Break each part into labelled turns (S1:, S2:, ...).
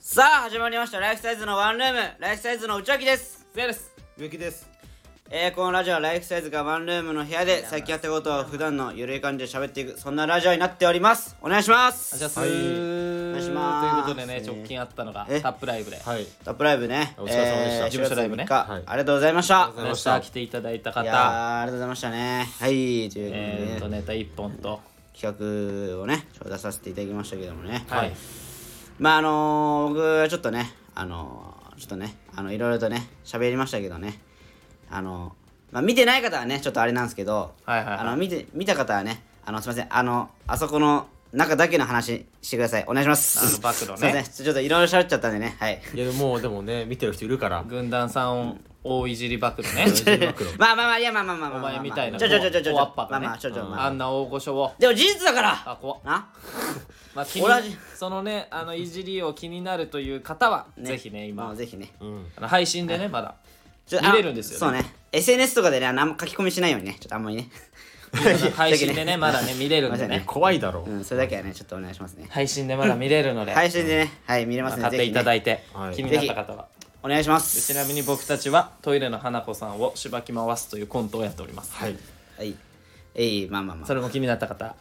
S1: さあ始まりましたライフサイズのワンルームライフサイズの内脇です
S2: せいです
S3: 植木です
S1: えー、このラジオはライフサイズがワンルームの部屋で最近やったことを普段のゆるい感じで喋っていくそんなラジオになっておりますお願いします
S2: じゃあす
S3: はい
S2: お
S1: 願いします
S2: ということでね直近あったのが
S1: え
S2: タップライブで
S3: はい
S1: トップライブね
S3: お疲れ様で
S1: え
S3: した
S1: ー
S2: 事務所ライブね
S1: 4月3日
S3: はい
S1: ありがとうございました
S3: りがとうござい
S2: 明
S3: ま
S2: 日来ていただいた
S1: いや
S2: 方
S1: ーありがとうございましたねはいということでね
S2: えーっとネタ一本と
S1: 企画をねちょっと出させていただきましたけどもね、
S2: はい
S1: まああのー、僕はちょっとねあのー、ちょっとねあのいろいろとね喋りましたけどねあのー、まあ見てない方はねちょっとあれなんですけど、
S2: はいはいはい
S1: あの見て見た方はねあのすいませんあのあそこの中だけの話してくださいお願いします
S2: あの暴露ね
S1: すいませんちょっといろいろ喋っちゃったんでねはい
S3: いやでももうでもね見てる人いるから
S2: 軍団さんを大いじり暴露ね
S1: まあまあまあいやまあまあまあま
S2: お
S1: あまあ
S2: 前みたいな
S1: ちょちょちょちょちょ
S2: 大っぱ
S1: まあ
S2: がね
S1: まあちょちょまあ
S2: あんな大御所を
S1: でも事実だから
S2: あ怖っ
S1: な
S2: まあ気に
S1: 同じ
S2: そのねあのいじりを気になるという方はぜひね
S1: も
S2: 今
S1: うぜひね
S2: あの配信でねま だ
S1: ちょ
S2: 見れるんですよ
S1: あのそうね SNS とかでねあのあんま書き込みしないようにねちょっとあんまりね
S2: 配信でねまだね見れるんで
S1: ごめんなさ
S2: ね
S1: い
S3: 怖いだろ
S1: うんそれだけはねちょっとお願いしますね
S2: 配信でまだ見れるので
S1: 配信でねはい見れます
S2: 買
S1: ね
S2: って
S1: ぜひ
S2: いただ
S1: ね
S2: いて
S3: はい
S2: 気になった方は
S1: お願いしま
S2: ですちなみに僕たちはトイレの花子さんをしばき回すというコントをやっております
S3: はい
S1: はいえいまあまあま
S2: それも気になった方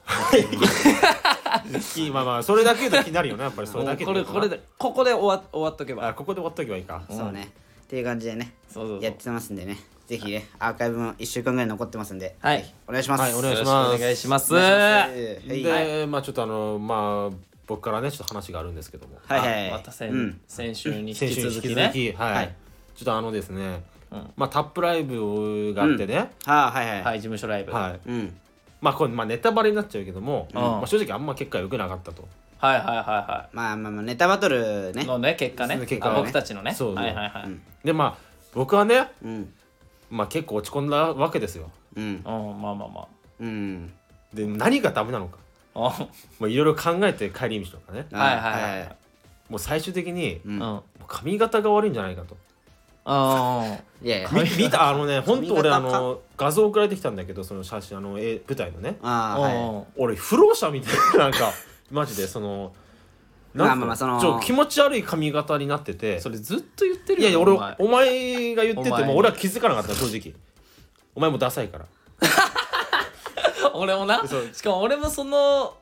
S3: いいまあまあそれだけで気になるよねやっぱりそれだけで
S2: これこれでここで終わ終わっとけば
S3: あここで終わっとけばいいか
S1: あそうねっていう感じでね
S2: そうそうそう
S1: やってますんでねぜひねアーカイブも1週間ぐらい残ってますんで
S2: はい
S1: ぜひお願いします
S3: はいお願い
S2: よろ
S3: し
S2: しく
S3: ます
S2: お願いします
S1: お願いしますはいはい
S3: でまあちょっとあのまあ僕からねちょっと話があるんですけども
S1: はいはい
S2: あまた先,、
S1: うん
S2: 先週に引
S3: 先
S2: き
S3: 週に
S2: 続
S3: 引
S2: き
S3: き
S2: ね
S3: 続きは
S1: はいい
S3: ちょっとあのですねまあタップライブがあってね
S1: はあはいはい
S2: はい事務所ライブ、
S3: はい
S1: うん
S3: まあこれまあネタバレになっちゃうけども
S2: うん
S3: まあ正直あんま結果良くなかったと
S2: はいはいは
S1: まあまあまあネタバトル
S2: いはい
S1: ね
S2: のね結果ね
S3: 結
S2: あ
S3: 果はね
S2: 僕たちのね
S3: そうそう
S2: はいはいはい、うん
S3: でまあ僕はね
S1: うん
S3: まあ結構落ち込んだわけですよ
S1: うん
S2: まあまあま
S1: うん
S3: で何がダメなのか
S2: ああ
S3: まあいろいろ考えて帰り道とかね
S1: あ
S2: はいはいはい
S1: は
S3: もう最終的に
S2: うん
S1: うん
S2: あ
S3: 髪型が悪いんじゃないかと
S2: あ
S1: いやいや
S3: み見たあ のね本当俺
S1: 髪型か
S3: あの画像送られてきたんだけどその写真あのえ舞台のね
S1: ああ
S2: う
S1: はい
S2: ん
S3: 俺不老者みたいな なんかマジでそのなん
S1: ま
S3: か
S1: あまあまあその
S3: ちょ気持ち悪い髪型になってて
S2: それずっと言ってる
S3: い
S2: よ
S3: やいや俺
S2: お前
S3: お前が言ってて
S2: お前に
S3: も俺は気づかなかった正直お前もダサいから
S2: 俺もな
S3: そう
S2: しかも俺もその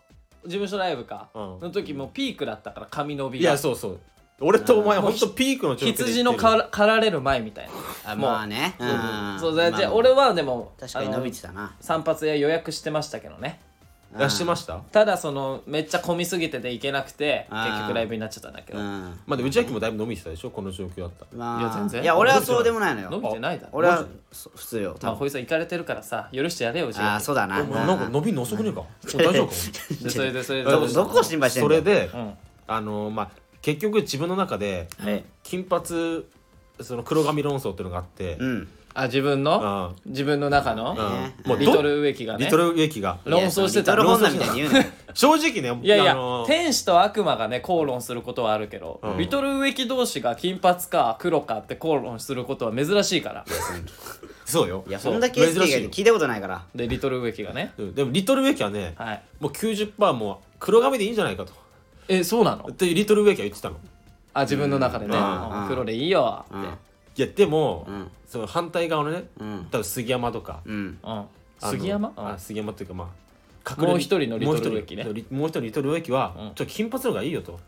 S2: 事務所ライブか、
S3: うん
S2: の時もうピークだったから髪伸び
S3: い
S2: が
S3: やそうそう俺とお前
S2: もう
S3: 本当ピークの状況で言ってる
S2: 羊の刈ら刈られる前みたいな
S1: あ
S2: もう
S1: まあねうん
S2: そうだじゃあ
S1: まあ
S2: 俺はでも
S1: 確かに伸びてたな
S2: あの散髪屋予約してましたけどね
S3: いやしてました
S2: ただそのめっちゃ混みすぎてで行けなくて
S1: あー
S2: 結局ライブになっちゃったんだけど、
S1: うん
S3: まあで内明もだいぶ伸びてたでしょこの状況だったら
S1: まあ
S2: いや全然
S1: いや俺はそうでもないの
S2: 伸
S1: よ
S2: びてないだろ
S1: 俺はそ普通よ
S2: ま
S1: 多
S2: あ
S1: 分
S2: こいつは行かれてるからさ許してやれよ
S1: ああそうだな
S3: お前なんか伸びんの遅くね えか大丈夫か
S2: でそれでそれで
S1: どどこ心配してんだ
S3: それ
S1: よ
S3: で、
S2: うん
S3: あのまあ結局自分の中で
S2: はい
S3: 金髪その黒髪論争っていうのがあって、
S1: う
S3: うん
S1: ん
S2: あ自分の自分の中の、
S1: ね
S3: もう
S2: リ
S3: ど
S2: トル植木がね
S3: リトル植木が
S2: 論争してた
S1: いやそのリトルホンダみたいに言うなよ
S3: 正直ね
S2: いやいや、
S3: あの
S2: 天使と悪魔がね口論することはあるけど、
S3: うん
S2: リトル植木同士が金髪か黒かって口論することは珍しいから
S3: そうよ
S1: いや
S3: そう
S1: そんだけ SK が
S3: 珍しいよ
S1: 聞いたことないから
S2: でリトル植木がね
S3: うんでもリトル植木はね、
S2: はい
S3: もう90%もう黒髪でいいんじゃないかと
S2: えそうなの
S3: ってリトル植木は言ってたの
S2: あ自分の中でね、
S1: うん
S2: うん黒でいいよって、
S1: う
S2: うんん
S3: いやでも、
S1: ん
S3: その反対側のね、
S1: うん
S3: 多分杉山とか、
S1: うん
S3: あの
S2: 杉山、うん
S3: あ杉山っていうかまあ
S2: もう一人のリトル植木ね
S3: もう一人もう一人のリトル植木は、
S2: うん
S3: ちょっと金髪の方がいいよと、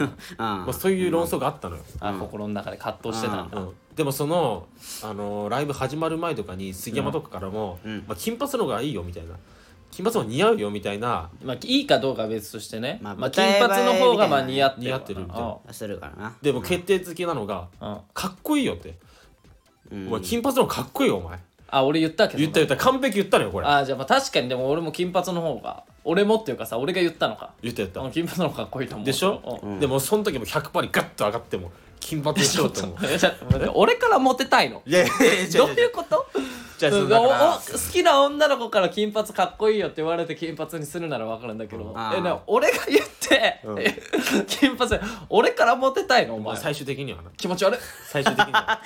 S1: うん
S3: まあ、そういう論争があったのよ、
S2: あ心の中で葛藤してたんだ、
S3: うんでもその、あのライブ始まる前とかに杉山とかからも、
S1: うん
S3: まあ、金髪の方がいいよみたいな金髪の方が似合うよみたいな
S2: まあ、いいかどうかは別としてね、
S1: まあ
S2: まあ
S1: 舞
S2: 金
S1: 台映え
S2: 髪の方がまあ
S1: みたいなね
S2: 似合ってる
S3: 似合ってるみたいな
S1: するからな
S3: でも決定付けなのが、
S2: うんうん
S3: かっこいいよって、
S1: うん
S3: お前金髪の方がかっこいいよお前
S2: あ俺言ったけど
S3: 言った言った完璧言ったのよこれ
S2: あじゃあまあ確かにでも俺も金髪の方が俺もっていうかさ俺が言ったのか
S3: 言った言った、
S2: うん金髪の方がかっこいいと思う
S3: でしょ、
S2: うん
S3: でもその時も100%にガッと上がっても金髪にしようと思う
S2: えちょっと待って俺からモテたいの
S3: いやいやいや
S2: どういうこと
S3: じゃあそ
S2: うん
S3: のだか
S2: おお
S3: ら
S2: 好きな女の子から金髪かっこいいよって言われて金髪にするなら分かるんだけど、
S1: あー
S2: えでも俺が言って、
S3: うん
S2: 金髪俺からモテたいのお
S3: まあ
S2: 前
S3: 最終的にはな
S2: 気持ち悪い
S3: 最終的に は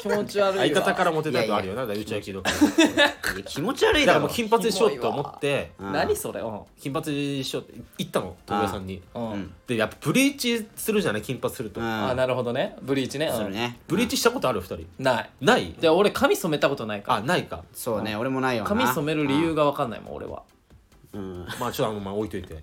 S2: 気持ち悪いわ
S3: 相方からモ テたいとあるよな内ち明とか
S1: いや気持ち悪いだ
S3: だからも
S1: ろ
S3: う金髪にしようと思って
S1: うん
S2: 何それうん
S3: 金髪しようって言ったの徳田さんに
S2: うん
S3: でやっぱブリーチするじゃない金髪すると、
S1: うん
S2: あなるほどねブリーチねうん
S1: するね
S3: ブリーチしたことある二人
S2: ない
S3: ない
S2: で俺髪染めたことないか
S3: あないから
S1: そうね俺もないよ
S2: ら
S1: な
S2: 髪染める理由が分かんないもん俺は
S1: うん
S3: まあちょっとあのまあ置いといて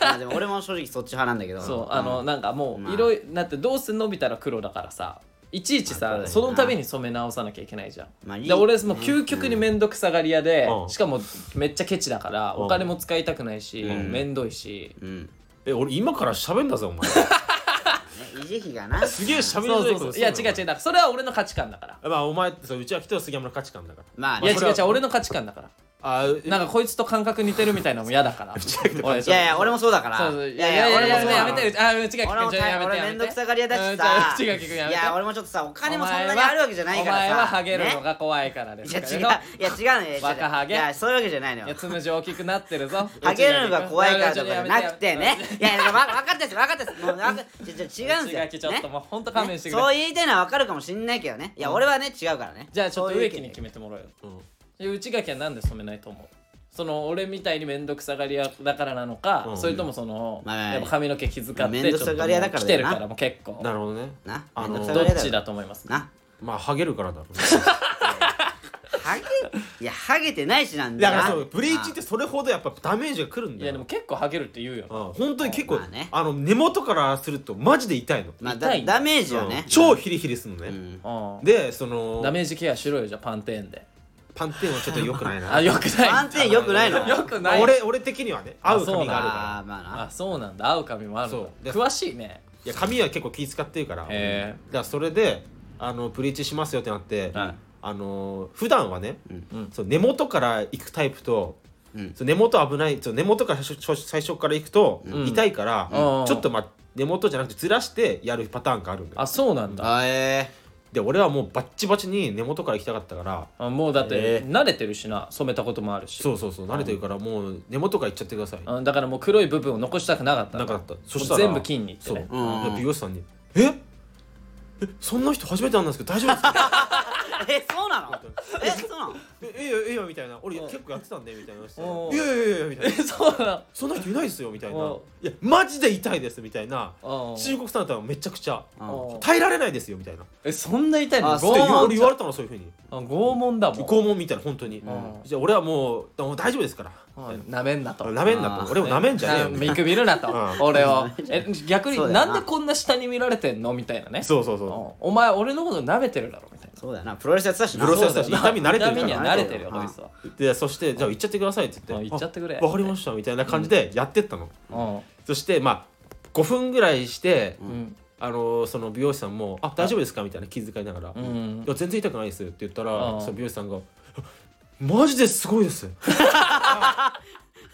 S1: まあでも俺も正直そっち派なんだけど
S2: そうあの
S1: ん
S2: なんかも
S1: まあ
S2: ういろいろだってどうせ伸びたら黒だからさいちいち
S1: まあそうだ
S2: さ
S1: よな
S2: そのために染め直さなきゃいけないじゃん、
S1: まあいい
S2: で俺もう究極に面倒くさがり屋で、
S3: うん
S2: しかもめっちゃケチだから
S3: うん
S2: お金も使いたくないし、面倒いし、
S1: うん
S3: え俺今から喋んだぞお 前
S1: ね維持費がな
S3: すげえ喋りづら
S2: そ
S3: いうこと
S2: そうそういや違う違うだからそれは俺の価値観だから
S3: まあお前そううちは人は杉山の価値観だから
S1: まあ
S2: い
S1: ね
S2: や
S1: い
S3: そ
S2: 違
S3: れ
S2: う
S3: は
S2: 違う俺の価値観だから
S3: あえ
S2: なんかこいつと感覚似てるみたいなのも嫌 だからおいそう
S1: やいや俺もそうだから
S2: そうそういやいやいや
S1: 俺も
S2: や
S1: そう
S2: め
S1: だ
S2: て
S1: か
S2: や
S1: ら
S2: めてあ 内垣
S1: 俺も
S2: 君ちょやめてやめ
S1: 俺
S2: て
S1: めんどくさがり屋だしさ
S2: うんちょ内垣君やめ
S1: い
S2: て
S1: や俺もちょっとさお金もそんなに
S2: お前は
S1: あるわけじゃないからさ
S2: お前はハゲるの
S1: ね
S2: が怖いからで
S1: い
S2: す
S1: や
S2: か
S1: 違う
S2: ら
S1: い
S2: ね
S1: や違うのよ
S2: バカハゲ
S1: いやそういうわけじゃないのよ
S2: いやつむじ大きくなってるぞ
S1: ハゲるのが怖いからとかじゃなくてねいやいや分かったです分かったですもうわかちょちょ違うん
S2: 内
S1: です
S2: 垣ち
S1: よ
S2: ょ
S1: ね
S2: っともうほんと勘弁してくれ、
S1: そう言いたいのは分かるかもしんないけどねいや俺はね違うからね
S2: じゃあちょっと
S1: そういう意
S2: 植
S1: 見
S2: 木に決めてもらおうよ
S3: うん
S2: いや内垣はなんで染めないと思うその俺みたいに面倒くさがり屋だからなのか、
S3: うん
S2: それともその、
S1: まあまあ
S2: やっぱ髪の毛気遣ってちょっともう
S1: 面倒くさがり屋だから
S2: 来
S1: だ
S2: て
S1: よ
S2: る
S1: な
S2: からもう結構
S3: なるほどね
S1: な
S3: あの
S1: 面倒くさが
S2: ど
S1: り屋
S2: っちだと思います
S1: な
S3: まあハゲるからだろ うね
S1: ハゲいやハゲてないしなんだ
S3: だ
S1: よな
S3: からそうブリーチってそれほどやっぱダメージがくるん
S2: い
S3: だよ
S2: やでも結構ハゲるって言うよな
S3: うん本当に結構、
S1: まあね
S3: あの根元からするとマジで痛いの、
S1: まあ
S2: 痛
S1: だ
S2: いんだ
S1: ダメージはね
S3: うん超ヒリヒリするのね、
S1: うん
S2: うん
S3: でその
S2: ダメージケアしろよじゃあパンテーンで
S3: パンテーンはちょっと良くな いな
S2: あよくない
S1: パンテーン良くないの
S2: よく
S3: ま
S2: な
S3: あ
S2: い
S3: 俺俺的にはね合う髪がある
S1: あ
S3: か
S1: あまあな
S2: あそうなんだ合う髪もあるんだ
S3: そうで
S2: 詳しいね
S3: らいや髪は結構気使ってるから
S2: へ
S3: だからそれであのブリーチしますよってなって、
S2: はい
S3: あの普段はね、
S2: うん
S3: そう根元から行くタイプと、
S1: うん
S3: そう根元危ないそう根元から最初最初から行くと
S2: ん
S3: 痛いから、
S2: うん
S3: ちょっとまあ根元じゃなくてずらしてやるパターンがあるんだよ
S2: あそうなんだ
S1: あえ
S3: で俺はもうバッチバチに根元から行きたかったから
S2: あもうだっ
S3: へ
S2: て慣れてるしな染めたこともあるし
S3: そうそうそう慣れてるからもう根元から行っちゃってください
S2: うんだからもう黒い部分を残したくなかった
S3: な
S2: の
S3: んかだったそ
S2: もう
S3: したら
S2: 全部金にってね
S3: そう、
S1: うん
S3: で美容師さんに「ええそんな人初めてなんですけど大丈夫ですか?
S1: ー、 えそうなのえそうなの
S3: え」えいいよいいよ」みたいな「俺結構やってたんで」みたいな
S2: う
S3: 人
S2: ん。
S3: いやいやいやいや」みたいな
S2: そうな
S3: そんな人いないですよみたいな
S2: うん
S3: 「いやマジで痛いです」みたいな
S2: のうん
S3: 中国さんだったらめちゃくちゃ
S2: うん
S3: 耐えられないですよみたいな
S2: えそんな痛いの
S1: あそうなんだ
S2: 拷
S3: 俺言われたのそういうふうに
S2: 問あ拷問だもん
S3: 拷問みたいな本当に
S2: ん
S3: じゃあ俺はもうもう大丈夫ですから
S2: うんなめんなと
S3: なめんな
S1: あ
S3: と俺をなめんじゃねえよみたい
S2: 見くびるなと
S3: うん
S2: 俺をえ逆に
S1: そうだよな
S2: なんでこんな下に見られてんのみたいなね
S3: なそうそ
S2: う
S3: う
S2: ん
S3: そ
S2: お前俺のこと舐めてるだろみたいな
S1: そうだよなプロレスやってたしな
S3: プロレスやってたし
S1: そうだよ
S3: 痛み慣れてるから
S2: 痛みには慣れてるよ
S1: うん
S2: こいつは
S3: うでそして「じゃあ行っちゃってください」って言っ
S2: うん
S3: て「
S2: 行っちゃってくれ
S3: あわかりました」みたいな感じでやってったの
S2: うん
S3: そしてまあ5分ぐらいして、
S2: うん
S3: あのーその美容師さんも「あ大丈夫ですか?」みたいな気遣いながら「
S2: ん
S3: いや全然痛くないです」って言ったら、
S2: うん
S3: その美容師さんがあ「マジですごいです」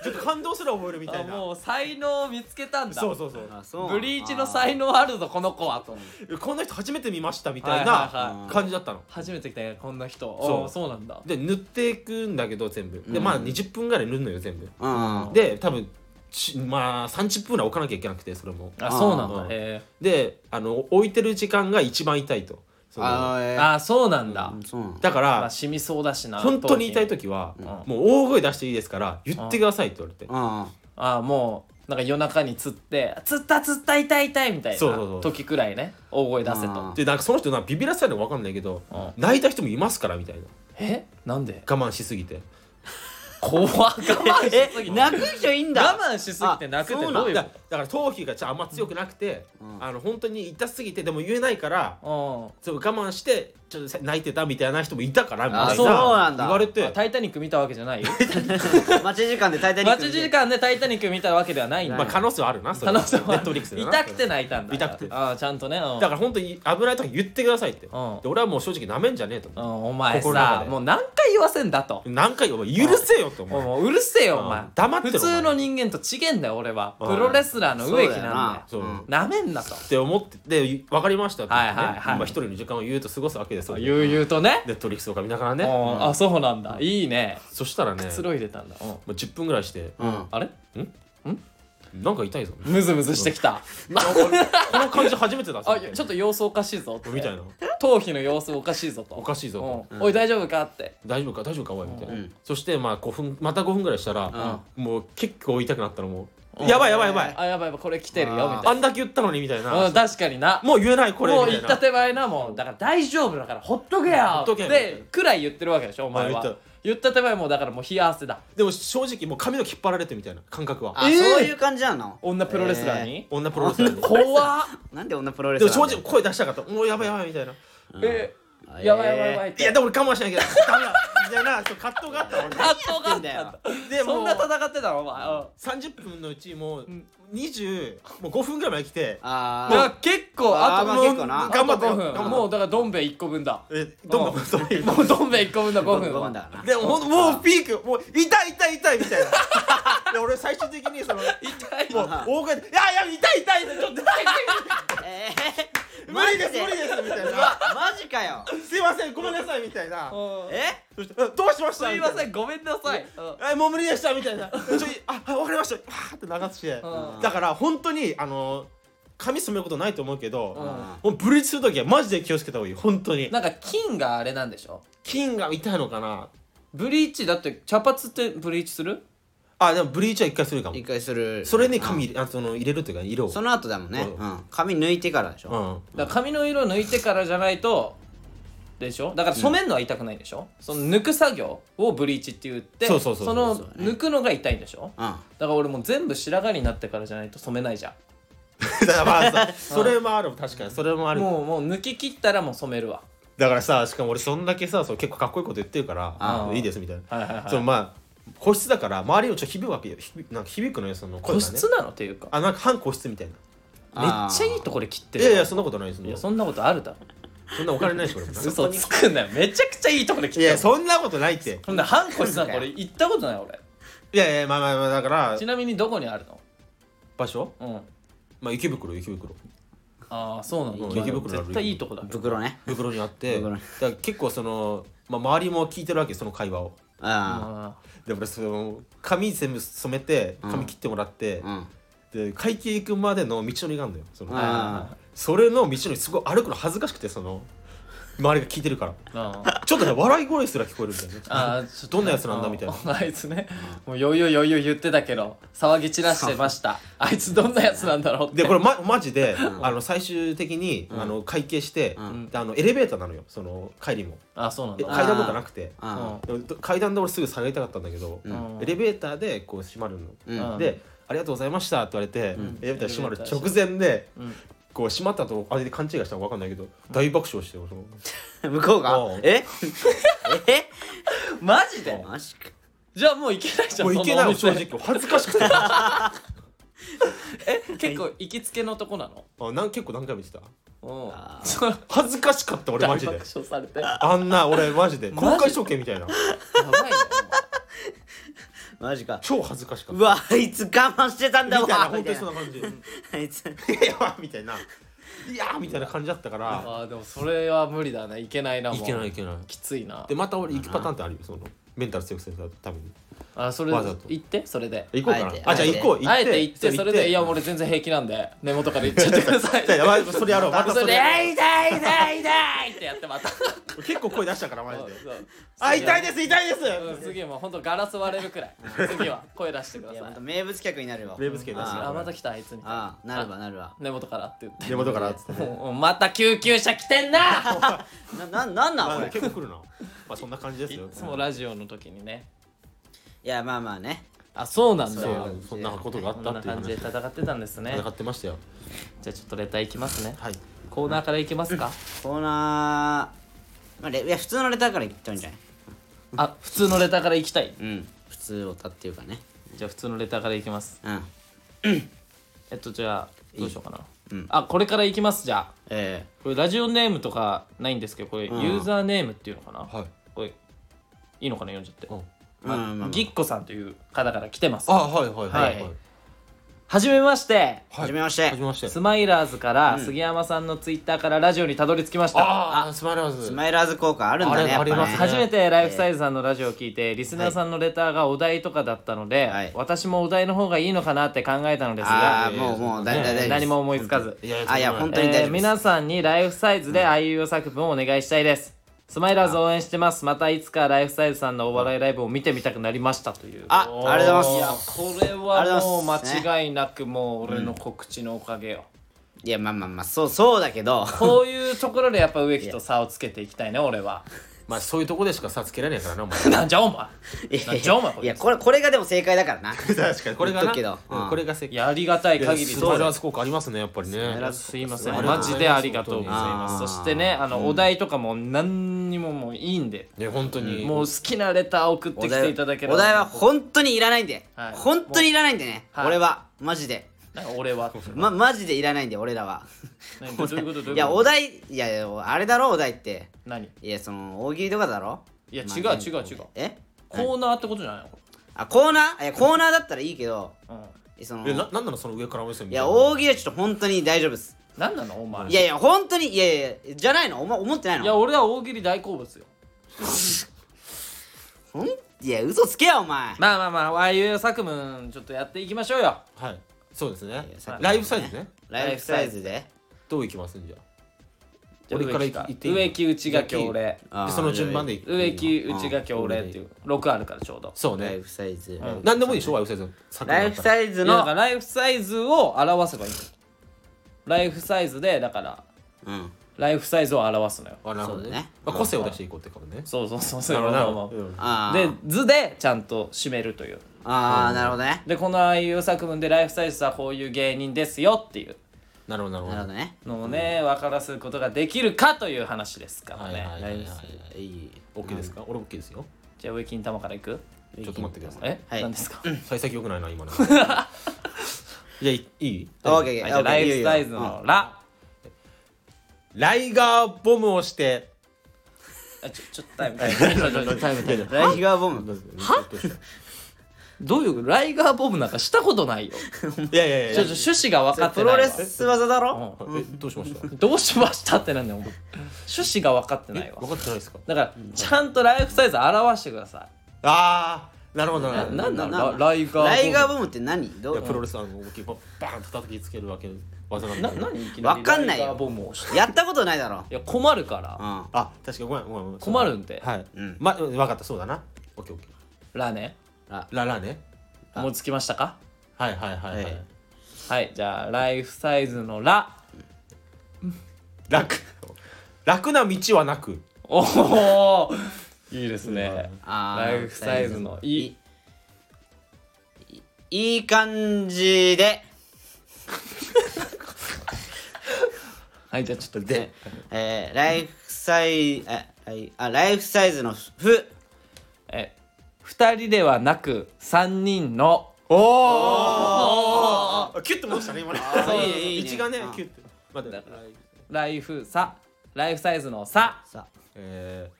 S3: ちょっと感動すら覚えるみた
S2: あ
S3: いな
S2: もう才能を見つけたんだ
S3: そうそうそう
S1: あそうなの
S2: ブリーチの才能あるぞこの子はと
S3: こんな人初めて見ましたみたい
S2: はいはい
S1: は
S3: ない感じだったの、
S2: 初めて来たよこんな人
S3: そう
S2: おうそうなんだ
S3: で塗っていくんだけど全部でまあ20分ぐらい塗るのよ全部、
S1: うんうん
S3: で多分ちまあ30分ぐらい置かなきゃいけなくてそれも
S2: あそうなん
S3: う
S2: だ
S3: ん
S2: へ
S3: であの置いてる時間が一番痛いとその
S1: あー
S2: え
S1: え
S2: あそうなんだ
S1: ーそうなの
S3: だか
S2: まあ
S3: ら
S2: 染みそうだしな
S3: 本当に痛い
S2: と
S3: 時は
S2: ん
S3: もう大声出していいですから言ってくださいって言われて
S1: うん
S2: あもうなんか夜中に釣って釣った釣った痛い痛いみたい
S3: そうそうそ
S2: な
S3: う
S2: 時くらいね大声出せと
S1: あ
S3: でなんかその人なんかビビらせたのか分かんないけど
S2: う
S3: 泣いた人もいますからみたいな
S2: えなんで
S3: 我慢しすぎて
S2: 怖っ我慢しす
S1: え
S2: ぎて
S1: 泣く人いいんだ
S2: 我慢しすぎて泣くって
S1: あそう
S2: ど
S1: な
S2: うんいう
S3: だだから頭皮がちょあんま強くなくてあの本当に痛すぎてでも言えないから
S2: こ
S3: そう我慢してちょっと泣いてたみたいな人もいたからみ
S1: あ
S3: たい
S1: そうな
S3: なん
S1: だ
S3: 言われ
S2: うんあ
S3: て
S2: タイタニック見たわけじゃないよ
S1: 待ち時間でタイタニック
S2: 待ち時間で「タイタニック」見たわけではないんだ、
S3: まあ可能性はあるなそ
S2: 可
S3: れ
S2: 能性は
S3: ネットフリックスでな
S2: 痛くて泣いたんだ
S3: 痛くて
S2: ああちゃんとねうん
S3: だから本当に危ないとか言ってくださいって、
S2: ん
S3: で俺はもう正直なめんじゃねえと
S2: うん、お前
S3: 心の中
S2: さ
S3: で
S2: もう何回言わせんだと、
S3: 何回お前許せよと
S2: もう
S3: 思う
S2: もううるせえよ
S3: うん
S2: お前
S3: 黙ってろ
S2: 普通の人間と違えんだよ俺は
S3: うん
S2: プロレスラーの植木
S1: そうだよ
S2: なんだよ
S1: な
S3: そう、
S1: うん
S3: っ
S2: なめんなと
S3: て思ってで分かりましたって言ってね、
S2: はいはいはい
S3: まあ一人の時間を言うと過ごすわけですよネ
S2: 悠々とね
S3: ットフリックスとか見ながら
S2: う
S3: ね
S2: んあそうなんだいいね
S3: そしたらね
S2: くつ
S3: も
S2: ろいでたんだうん
S3: う10分ぐらいして、
S1: うん
S2: あれ
S3: なんか痛いぞ
S2: ムズムズしてきた
S3: なんかこの感じ初めてだぞ
S2: あいやちょっと様子おかしいぞって
S3: みたいな
S2: 頭皮の様子おかしいぞと
S3: おかしいぞ
S2: うんおい大丈夫かって
S3: 大丈夫か大丈夫かおいみたいな、
S1: うん
S3: そしてまあ5分また5分ぐらいしたら、もう結構痛くなったのもう、やばいやばいやばい、
S2: あやばいやばいこれ来てるよみ
S1: あ
S2: たいな
S3: あんだけ言ったのにみたいな、
S2: うん、確かにな。
S3: もう言えないこれ
S2: もう
S3: み
S2: 言
S3: た
S2: っ
S3: いな
S2: た手前なもん。だから大丈夫だから、ほっとけよ
S3: ほっとけよみたいな
S2: で、くらい言ってるわけでしょ、お前
S3: あ言っ
S2: は
S3: た。
S2: 言った手前もうだからもう冷や汗だ。
S3: でも正直もう髪の毛引っ張られてみたいな感覚は
S1: あ、
S2: えー
S1: そういう感じなの
S2: 女プロレスラーに。
S3: 女プロレスラーに
S2: 怖っ。
S1: なんで女プロレス
S3: で
S1: ラ
S3: も
S1: ー
S3: 正
S1: なんだ
S3: 直
S1: よ
S3: 声出したかったもうやばいやばいみたいな
S2: え、
S1: うん
S2: やばいやばいやばいっ
S3: い
S2: て。
S3: やでも俺我慢しなきゃダメだみたいなそう葛藤があったの俺
S2: あっとがあった
S1: やっ
S2: ん
S1: て
S2: だ。
S3: でも
S2: そんな戦ってたの、お前。うん
S3: 30分のうちもう20もう5分ぐらいまで来て
S1: あ
S2: だから
S1: ー
S2: 結構
S1: あー
S2: あと
S1: まあ
S2: もう
S1: 結構な
S3: 頑張ったよ
S2: あと
S3: 頑張
S2: 5
S3: った
S2: 分もうだからどん兵衛1個分だ
S3: えどんどんそれ
S2: もうどん兵衛1個分だ5分
S1: ごめんだからな
S3: でもほんともうピークもう痛い痛い痛いみたいな で俺最終的にそのもう
S2: 痛いわ
S3: 大声で「いやいや痛い痛い痛いちょっと
S1: えー
S3: 無理です
S1: マ
S3: 無
S1: ジ
S3: 理です」みたいうな
S1: わマジかよ
S3: 「すいませんごめんなさい」みたいな
S2: うん
S1: え
S3: そして「どうしま し
S2: す
S3: た?」
S2: い
S3: みた
S2: ま
S3: いな
S2: せんごめんなさい うん
S3: えもう無理でしたみたいなちょいああわかりましたわーって流して、
S2: うん
S3: だから本当にあの髪染めることないと思うけ
S2: うん
S3: ど、もうブリーチするときはマジで気をつけた方がいい本当に
S2: なんか金があれなんでしょ
S3: 金が痛いのかな
S2: ブリーチだって茶髪ってブリーチする
S3: あでもブリーチは一回するかも
S1: 一回する
S3: それに髪入れあその入れるというか色を
S1: その後だもんね、
S3: う
S1: うん、髪抜いてからでし
S3: う
S1: ょ、
S3: ん
S2: だから髪の色抜いてからじゃないとでしょだから染めるのは痛くないでしょ、その抜く作業をブリーチって言って
S3: そうそうそう
S2: その抜くのが痛いんでしょ
S1: うん、
S2: だから俺もう全部白髪になってからじゃないと染めないじゃ
S3: だからまあさそれもある確かにそれもあ
S2: ん
S3: る
S2: もうもう抜き切ったらもう染めるわ
S3: だからさしかも俺そんだけさそう結構かっこいいこと言ってるから
S2: あー
S3: いいですみたいな、
S2: はいはいはい
S3: そのまあ個室だから周りをちょっと響くわけよひびなんか響くのよその声
S2: 個
S3: がね
S2: 室なのっていうか
S3: あなんか半個室みたいな
S2: めっちゃいいとこで切って
S3: い
S2: るわ
S3: やいやそんなことないです
S2: い
S3: ね
S2: やそんなことあるだろ
S3: そんなお 金ないし、これ。
S2: 嘘つくんなよめちゃくちゃいいとこで切っ
S3: い
S2: て
S3: や、
S2: る
S3: そんなことないって。
S2: ほんで半個室なんか俺行ったことない俺
S3: いやいや、まあまあまあ、だから
S2: ち、なみにどこにあるの
S3: 場所
S2: うん
S3: まあ、池袋、池袋。
S2: ああそうなんだ
S3: うん池袋ある
S2: 絶対いいとこだ
S1: 袋ね
S3: 袋にあって、だ
S1: 袋
S3: か
S1: に
S3: ら結構その、まあ、周りも聞いてるわけ、その会話を。
S1: あ
S2: あ
S3: で、俺、その、髪全部染めて、髪切ってもらって
S1: ーう、ん
S3: で、会計行くまでの道のりがあるのよ。その
S1: あ
S3: それの道のり、すごい歩くの恥ずかしくて、その、周りが聞いてるから。
S2: ーあー
S3: ちょっとね、笑い声すら聞こえるみたい な。
S2: あーちょっと
S3: どんなやつなんだみたいな。
S2: ああいつねもう余裕余裕言ってたけど騒ぎ散らしてましたあいつどんなやつなんだろうって
S3: でこれ、ま、マジで、あの最終的に、あの会計して、であのエレベーターなのよその帰りも
S2: あそうなん
S3: え
S2: だ
S3: 階段とかなくて
S1: うんうん
S3: でも階段で俺すぐ下がりたかったんだけど、
S2: ん
S3: エレベーターでこう閉まるの、
S2: うん
S3: で「ありがとうございました」って言われて、エレベーター閉まる
S2: エレベーター
S3: 直前で、こう閉まったとあれで勘違いしたのか分かんないけど大爆笑して俺その
S1: 向こうが
S3: うん
S1: ええ
S2: マジで
S1: マジか
S2: じゃあもう行けないじゃん
S3: もういけないの
S2: そ
S3: 正
S2: のお店
S3: 直恥ずかしくてあ
S2: え 結構行きつけのとこなの
S3: なん結構何回も見てた
S2: うん
S1: あ
S2: そう
S3: 恥ずかしかった俺
S2: 大
S3: マ
S2: 爆
S3: ジで
S2: 笑されてや
S3: あんな俺マジで
S2: マジ
S3: 公開処刑みたいな
S2: ばいね
S1: マジか
S3: 超恥ずかしかっ
S1: う
S3: た
S1: わあいつ我慢してたんだわ
S3: みたいな本
S1: み
S3: 当
S1: た
S3: に
S1: い
S3: そんな感じ
S1: なあいつ
S3: いやみたいな「いや」みたいな感じだったか
S2: あ
S3: ら
S2: ーでもそれは無理だね行けないなもう
S3: いけないいけない
S2: きついな
S3: でまた俺行くパターンってあるよそのメンタル強くするために
S2: あそれ
S3: わざと
S2: 行ってそれで
S3: 行こうかな
S1: あえて
S3: あじゃあ行こう行って
S2: あえて行って
S3: そう
S2: それでいや俺全然平気なんで根元から行っちゃってください
S3: じゃあやばいそれやろうまた
S2: そ
S3: そ
S2: れで「
S3: れやろ
S2: えい痛い痛い痛い!」ってやってまた
S3: う結構声出したからマジで
S2: そう
S3: あ痛いです痛いです
S2: うん次もうほんとガラス割れるくらい次は声出してくだ
S1: い
S2: さ
S1: やまた
S2: い
S1: 名物客になるわ
S3: 名物系出
S1: あ
S3: す
S1: ー
S2: あまた
S3: 来
S2: 来たあいつみたいな
S1: ああなるわなるわ
S2: 根元からって言って
S3: 根元からっつって
S2: もうまた救急車来てんな
S1: なななんなん
S3: まあ
S1: これ
S3: 結構来るなまあそんな感じです
S2: い
S3: よ
S2: つもラジオの時にね
S1: いやまあまあね
S2: あそうなんだ
S3: そうそんなことがあ
S2: こ
S3: っ
S2: ん
S3: た
S2: な
S3: っていう
S2: 感じで
S3: 話
S2: 戦ってたんですね
S3: 戦ってましたよ
S2: じゃあちょっとレターいきますね
S3: はい
S2: コーナーからいきますか
S1: コーナーまあレいや普通のレターからいったんじゃない
S2: あ普通のレターからいきたい
S1: うん普通オタっていうかね
S2: じゃあ普通のレターからいきます
S1: うん
S2: えっとじゃあどうしようかなあこれからいきますじゃあ
S1: え
S2: これラジオネームとかないんですけどこれユ
S1: うん
S2: ーザーネームっていうのかな、
S3: はい
S2: これいいのかな読んじゃって、
S3: うん
S1: えうんまあまあ
S2: ぎっこさんという方から来てます
S3: あはいはい
S2: は
S3: はいいはい
S2: はじめまして
S1: はじめまして
S3: はじめまして
S2: スマイラーズから杉山さんのツイッターからラジオにたどり着きました
S3: ああスマイラーズ
S1: スマイラーズ効果あるんだねやっ
S3: あ
S1: ぱ
S3: れ
S1: ね
S3: ありますね
S2: 初めてライフサイズさんのラジオを聞いてリスナーさんのレターがお題とかだったので、
S1: はい
S2: 私もお題の方がいいのかなって考えたのです
S1: ああ
S2: が
S3: ー
S1: もうもう
S3: い
S1: 大
S3: やいや
S1: 体
S2: 何も思いつかず
S3: いや
S1: あいや本当に大丈夫
S2: えー
S1: です
S2: 皆さんにライフサイズであいうえお作文をお願いしたいですスマイラーズ応援してますまたいつかライフサイズさんのお笑いライブを見てみたくなりましたという
S1: あありがとうござい
S2: や
S1: ます
S2: これ
S1: ありが
S2: は
S1: とう
S2: もう
S1: ございます
S2: 間違いなくもう俺の告知のおかげよ、
S1: いやまあまあまあそうそうだけど
S2: こういうところでやっぱ植木と差をつけていきたいね 俺は
S3: まあそういうとこでしか差つけられないからなお前
S2: なんじゃお前
S1: いや
S2: なんじゃお前こ
S1: い
S2: れ
S1: やこれこれがでも正解だから な
S3: 確かにこれがな
S1: 言っとくけど
S3: うんこれが正解
S2: いやありがたい限り
S3: スマイラーズ効果ありますねやっぱりね
S2: すいませ
S3: あ
S2: ん
S3: りがとう
S2: マ
S3: ございます
S2: ジでありがとうござい
S1: 本
S2: ま
S1: 当に
S2: すそしてねあの、お題とかも何にももういいんで
S3: いや本当に
S2: もう好きなレター送ってきていただければ
S1: お題は本当にいらないんで、
S2: はい
S1: 本当にいらないんでね、
S2: はい
S1: 俺はマジで
S2: なんか俺は
S1: まマジでいらないんで俺らは
S2: 何 どういうことどういうこと
S1: いやお題いやいやあれだろお題って
S2: 何
S1: いやその大喜利とかだろ
S2: いや
S1: まあ
S2: 違う
S1: ね
S2: 違う違う
S1: え
S2: コーナーってことじゃないのこ
S1: あコーナーいやコーナーだったらいいけど
S2: れうん
S1: その
S3: えななんなのその上から目線
S1: いや大喜利はちょっと本当に大丈夫です
S2: 何なのお前
S1: いやいや本当にいやいやじゃないのおも思ってないの
S2: いや俺は大喜利大好物よ
S1: ほんいや嘘つけよお前
S2: まあまあまあああいう作文ちょっとやっていきましょうよ
S3: はいそうですね
S1: やさっきのね
S3: ライブサイズね
S1: ライフサイズで
S3: どういきますんじゃ
S2: じゃあ
S3: 俺から
S2: 植木
S3: いっていい
S2: 植木内垣俺
S1: あ
S3: あ
S1: ー
S3: でその順番でいく
S2: 植木内垣俺っていう6あるからちょうど
S3: そう
S1: ライ
S3: ね
S1: フサイズ
S3: なんでもいいでしょライブサイズ作
S1: ラ
S3: 文だ
S1: イ
S3: っ
S1: フ
S3: たら
S1: サイズ
S2: いやだ
S1: の
S2: からライフサイズを表せばいいのライフサイズでだから
S1: うん
S2: ライフサイズを表すのよ
S3: あなるほど
S1: そうだね
S3: ねまあ個性を出していこうってことね
S2: そうそうそうそう
S3: なる
S2: まあまあ
S3: ほど
S2: まあ
S3: うん
S1: ああ
S2: で図でちゃんと締めるという
S1: ああなるほどね
S2: でこのああいう作文でライフサイズはこういう芸人ですよっていう
S3: なるほどなるほ
S1: なるほ
S3: ど
S1: どね
S2: のをね、分からすことができるかという話ですからね、
S3: はいはいはいはい
S1: いい
S3: OK ですか俺 OK ですよ
S2: じゃあウェキン玉からいく
S3: ちょっと待ってください
S2: え、
S1: はい
S2: 何ですか、
S3: 幸先良くない な今のじゃあいいい
S1: オッケーオッケー
S2: はいじゃあライフサイズ
S1: いいよ
S2: の「ラ
S3: ライガーボムをして」
S2: あちょちょっとタイムタイムタイム
S1: いいよライガーボム
S3: は
S2: どういうライガーボムなんかしたことないよ
S3: いやいやい
S2: ちょ
S3: や
S2: っと趣旨が分かって
S1: プ
S2: ない
S1: ロレ
S2: わ
S1: ス技だろ
S3: えどうしました
S2: うんどうしましたってなんだよお前 趣旨が分かってない
S3: え
S2: わ
S3: 分かってないですか
S2: だからちゃんとライフサイズ表してくださ
S3: ああなるほどなる
S2: い
S3: ほ
S2: な
S3: ど
S2: んな
S1: な
S2: のラライガーボム
S1: ライガーボムって何ど
S3: いやプロ
S1: う
S3: レスラーの動きをバーンと叩きつけるわけ技なん
S2: な
S3: だ
S2: 何いきなり
S1: わかんないよ
S2: ライガーボムをしてい
S1: やったことないだろ
S2: や困るから
S1: うん
S3: あ確かにごめんごめんごめん
S2: 困るんで
S3: はい
S1: うん
S3: ま分かったそうだなオッケーオッケ
S2: ラーメ
S3: ーララね
S2: ンもうつきましたか
S3: はいはいはいは
S1: はい
S3: い
S2: はいじゃあライフサイズの「ラ
S3: 楽楽な道はなく」
S2: おおいいですね
S1: あー
S2: ライフサイズの「い」
S1: いい感じで
S2: はいじゃあちょっと
S1: で、えー、ライフサイあはいあライフサイズのふ
S2: え2人ではなく3人の
S3: おおキュッと戻したね今ね
S1: ーいいねいいね
S3: 道がね
S1: うん
S3: キュッと待って
S2: ライフさライフサイズの「さ
S1: さ
S3: えー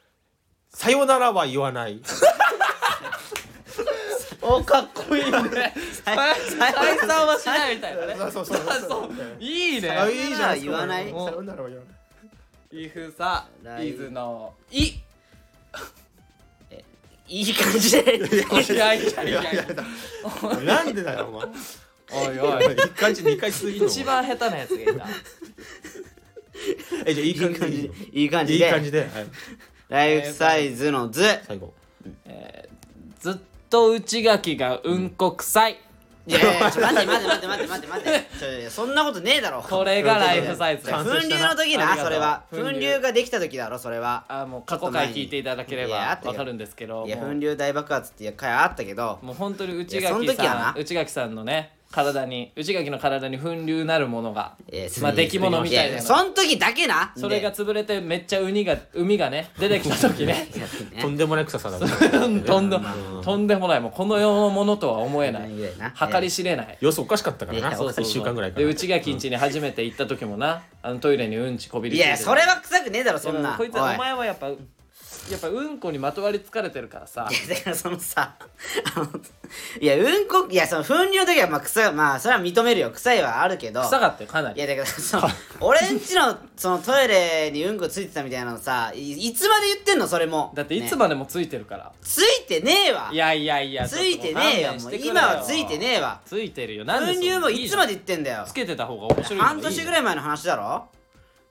S3: さよならは言わない
S1: おかっこいい」
S2: 解散はしないみたいなね
S3: そうそう
S2: あそういいね
S3: あいいじゃないです
S1: 言
S3: か
S1: わない
S3: さよならは言わない
S2: イフサ
S1: ライ
S2: イズのイい
S1: いい感じで
S2: やいやいやいや
S3: なんでだよお前
S2: おいおい
S3: 一回一回すぎる
S2: 一番下手なやつがいた
S3: えじゃあいい
S1: いい感
S3: 感じで
S1: じでいい感じ
S3: いいいい感
S1: で
S3: じではい
S1: ライフサイズのず
S3: 最後
S2: ずっと内垣がうんこ臭い
S1: いやいやちょ待って待って待って待って待って待ってちょいやそんなことねえだろ
S2: これがライフサイズです
S3: 完成
S1: 噴流の時
S2: あ
S1: な
S2: りがとう
S1: それは
S2: 噴
S1: 噴
S2: 流
S1: 流ができた時だろそれは
S2: あもう過去回聞いていただけれ
S1: いやあっ
S2: ば
S1: たよ
S2: わかるんですけど
S1: いや
S2: もう
S1: 噴流大爆発っていう回あったけど
S2: もう本当に内
S1: いやその
S2: 垣
S1: 時は
S2: さ
S1: なん
S2: 内垣さんのね体に内垣の体に粉流なるものが
S1: いやそ
S2: まあ出来物みたい
S1: や
S2: な
S1: や
S2: の
S1: そん時だけな
S2: それが
S1: で
S2: 潰れてめっちゃウニが海がね出てきた時ね
S1: いやね
S3: とんでもない臭さだね
S2: とんでとんでもないもうこの世のものとは思えな
S1: と
S2: い
S1: んでもないぐらいな
S2: 計り知れない
S3: 様子おかしかったから
S1: いや
S3: な
S1: そうそうそう
S3: 1週間ぐらいか
S2: で
S3: ら
S2: 内垣んちに初めて行った時もなあのトイレにうんちこび
S1: い
S2: りついて
S1: やそれは臭くねえだろそんな
S2: こいつお
S1: おい
S2: 前はやっぱやっぱうんこにまとわりつかれてるからさ
S1: いや だからそのさあのいやうんこいやその糞尿の時はまあ臭いまあそれは認めるよ臭いはあるけど
S2: 臭かったよかないり
S1: やだからその俺んちのそのトイレにうんこついてたみたいなのさいいつまで言ってんのそれも
S2: だっていつ
S1: ね
S2: までもついてるから、
S1: ついてねえわ
S2: いやいやいや
S1: ついてねえよ
S2: ち
S1: も
S2: ょ
S1: う
S2: っともう勘弁してく
S1: 今
S2: れよ
S1: はついてねえわ
S2: ついてるよなんで
S1: 糞
S2: そん
S1: 尿もいつま
S2: で
S1: で言ってんだよ
S2: つけてた方が面白い
S1: 半年ぐ
S2: い
S1: らい前の話だろ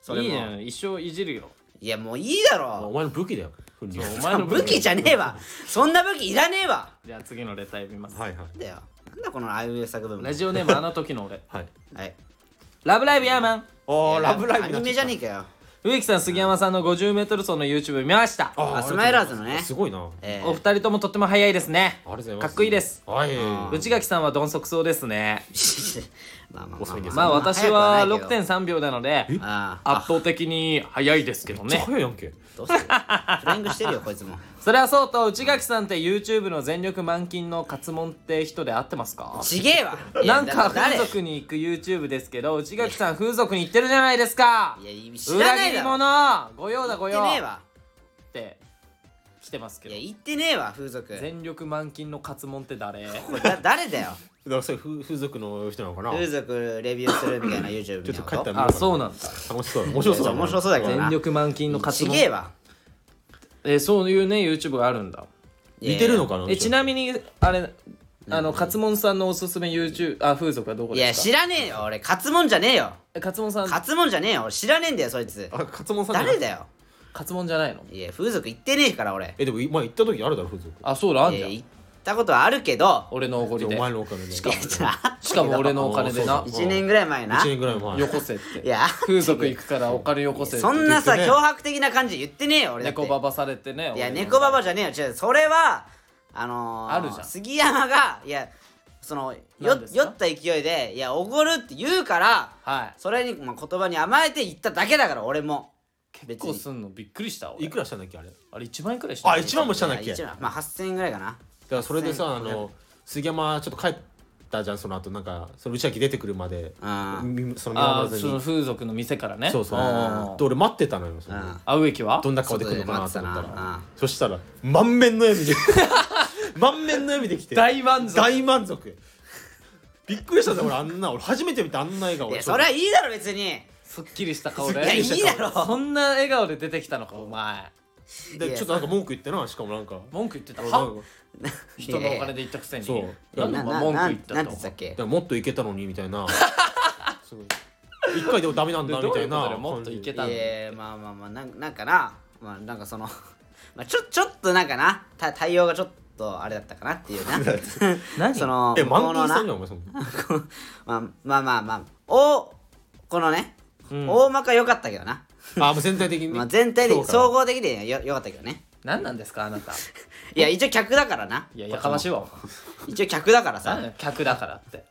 S1: それ
S2: いい
S1: も
S2: じゃん一生いじるよ
S1: いやもういいだ
S3: お
S1: ろ
S3: 前の武器だよお
S2: そうお前の
S1: 武器じゃねえわそんな武器いらねえわ
S2: じゃあ次のレター読みます、
S3: はいはい
S1: なんだよなんだこのあいうえお作文
S2: ラジオネームあの時の俺
S3: はい
S1: はい
S2: ラブライブヤーマン
S3: お
S1: いや
S3: ーラブライブ
S1: ア
S3: にな
S1: ニ
S3: っ
S1: メ
S3: ち
S1: じ
S3: ゃ
S1: ゃ
S3: った
S1: ねえかよ
S2: 植木さん杉山さんの 50m 走の YouTube 見ました
S3: あー
S1: あスマイラーズのね
S3: すごいな
S1: ええ
S2: お二人ともとっても速いですね
S3: ありがとうございます
S2: かっこいいです
S3: はい
S1: ん
S2: 内垣さんは鈍足走ですね
S1: まあまあま
S3: 遅
S1: あ
S3: いです
S2: まあ私は
S1: まあ早くないけど
S2: 6.3秒なので
S1: ああ
S2: 圧倒的に速いですけど
S3: めっちゃ
S2: ね
S3: 早いやんけ
S1: どうするフライングしてるよこいつも
S2: それはそうと内垣さんって YouTube の全力満勤の活問って人で会ってますか
S1: ちげえわいや
S2: なん
S1: だ
S2: か
S1: 誰
S2: 風俗に行く YouTube ですけど内垣さん風俗に行ってるじゃないですか
S1: いや知ら
S2: 裏
S1: な
S2: 切
S1: い
S2: り
S1: だろ
S2: 者ご用だ
S1: 行
S2: ご
S1: って
S2: 用
S1: ねえ
S2: っ
S1: わ
S2: て来てますけ
S1: い
S2: ど
S1: や行ってねえわ風俗
S2: 全力満勤の活問っ て誰
S1: これだ誰だよ
S3: だからそれ風風俗の人なのかな
S1: 風俗レビューするみたいな YouTube みたいな
S3: ちょっと帰ったら
S2: あそうなんだ
S3: 楽しそう面白そうだな
S1: 面白そうだけどな
S2: 全力満勤の活
S1: ち
S2: 問
S1: げえわ
S2: えーそういうね YouTube があるんだ
S3: 似てるのかな
S2: えちなみにあれあの勝門さんのおすすめ YouTube あ風俗はどこ
S1: いや
S2: で
S1: 知
S2: すから
S1: ねえよ俺カツモンじゃねえよ
S2: え勝門さん
S1: カツモンじゃねえよ俺知らねえんだよそいつ
S3: あ勝間さんじゃない
S1: 誰だよ
S2: 勝門じゃないの
S1: いや風俗行ってねえから俺
S3: えでも前行った時あるだろ風俗
S2: あそうだあん
S1: い
S2: じ
S1: や
S2: ゃん
S1: 行ったことはあるけど
S2: 俺のおごりで
S3: お前のお金でし
S1: いやじゃあ
S2: しかも俺のお金でな
S3: あそう
S1: 1年ぐらい前な
S3: 1年ぐらい前
S2: よこせって
S1: いや
S2: 風俗行くからお金よこせって
S1: そんなさ
S3: 言って
S1: 脅
S3: ね
S1: 迫的な感じ言ってねえよ俺だって
S2: 猫ババされてね
S1: いや
S2: 俺の
S1: 猫ババじゃねえよ違うそれはあのー、
S2: あるじゃん
S1: 杉山がいやそのよ
S2: 何ですか
S1: 酔った勢いで「いやおごる」って言うから
S2: はい
S1: それに、まあ、言葉に甘えて言っただけだから俺も
S2: 結構すんのびっくりした俺
S3: いくらしたんだっけあれ
S2: あれ1万円くらいした
S3: あ一1万もしたんだっ
S1: いや
S3: け
S1: 一
S3: だか
S1: 番まあ8000円ぐらいかな
S3: らそれでさあ
S1: 1500
S3: の杉山ちょっと帰ったじゃんその後なんかその内垣出てくるまで
S1: うん
S3: みその見
S2: あ
S3: 守ら
S2: あ
S3: ず
S2: その
S3: に
S2: 風俗の店からね
S3: そうそ
S2: ん
S3: うで俺待ってたのよそれ
S1: うん
S2: あ植木は
S3: どんな顔で来るのかなと思った
S1: 外で待ってたなう
S3: ら
S1: ん
S3: そしたら満面の笑みで 満面の笑みで来て
S2: 大満足
S3: 大満足びっくりしたんだ俺あんな俺初めて見たあんな笑顔
S1: いやそれはいいだろ別に
S2: すっきりした顔で
S1: いやいいだろ
S2: そんな笑顔で出てきたのかお前
S1: い
S3: で
S1: や
S3: ちょっとなんか文句言ってなしかもなんか
S2: 文句言ってた
S3: な
S2: は
S3: んか
S2: 人のお金で言ったくせに
S3: そう
S2: なんで
S1: なな
S2: お前文句
S1: な
S2: 言っ
S1: ん
S2: た
S1: なん
S2: と
S1: て言ってたっけ
S3: でももっといけたのにみた いなすごい一回でもダメなんだ
S2: で
S3: み
S2: どう
S3: た
S2: いう
S3: い
S2: ことだ
S3: な
S2: よもっといけ
S1: い
S2: たのに
S1: やまあまあまあなんなんかなまあなんかその まあちょちょっとなんかなた対応がちょっとあれだったかなっていうな
S2: 何
S1: その
S3: え
S1: 向こ
S3: 満
S1: うの
S3: 点し
S1: な
S3: たんだよお前そんな
S1: まあまあまあまあおこのね、大まか良かったけどな、
S3: あもう全体的にね
S1: まあ、全体的に
S3: 評価は
S1: 総合的でよ良かったけどね
S2: 何なんですかあなた
S1: いや一応客だからない
S2: ややかましいわ
S1: 一応客だから
S2: 何
S1: さ
S2: だよ客だからって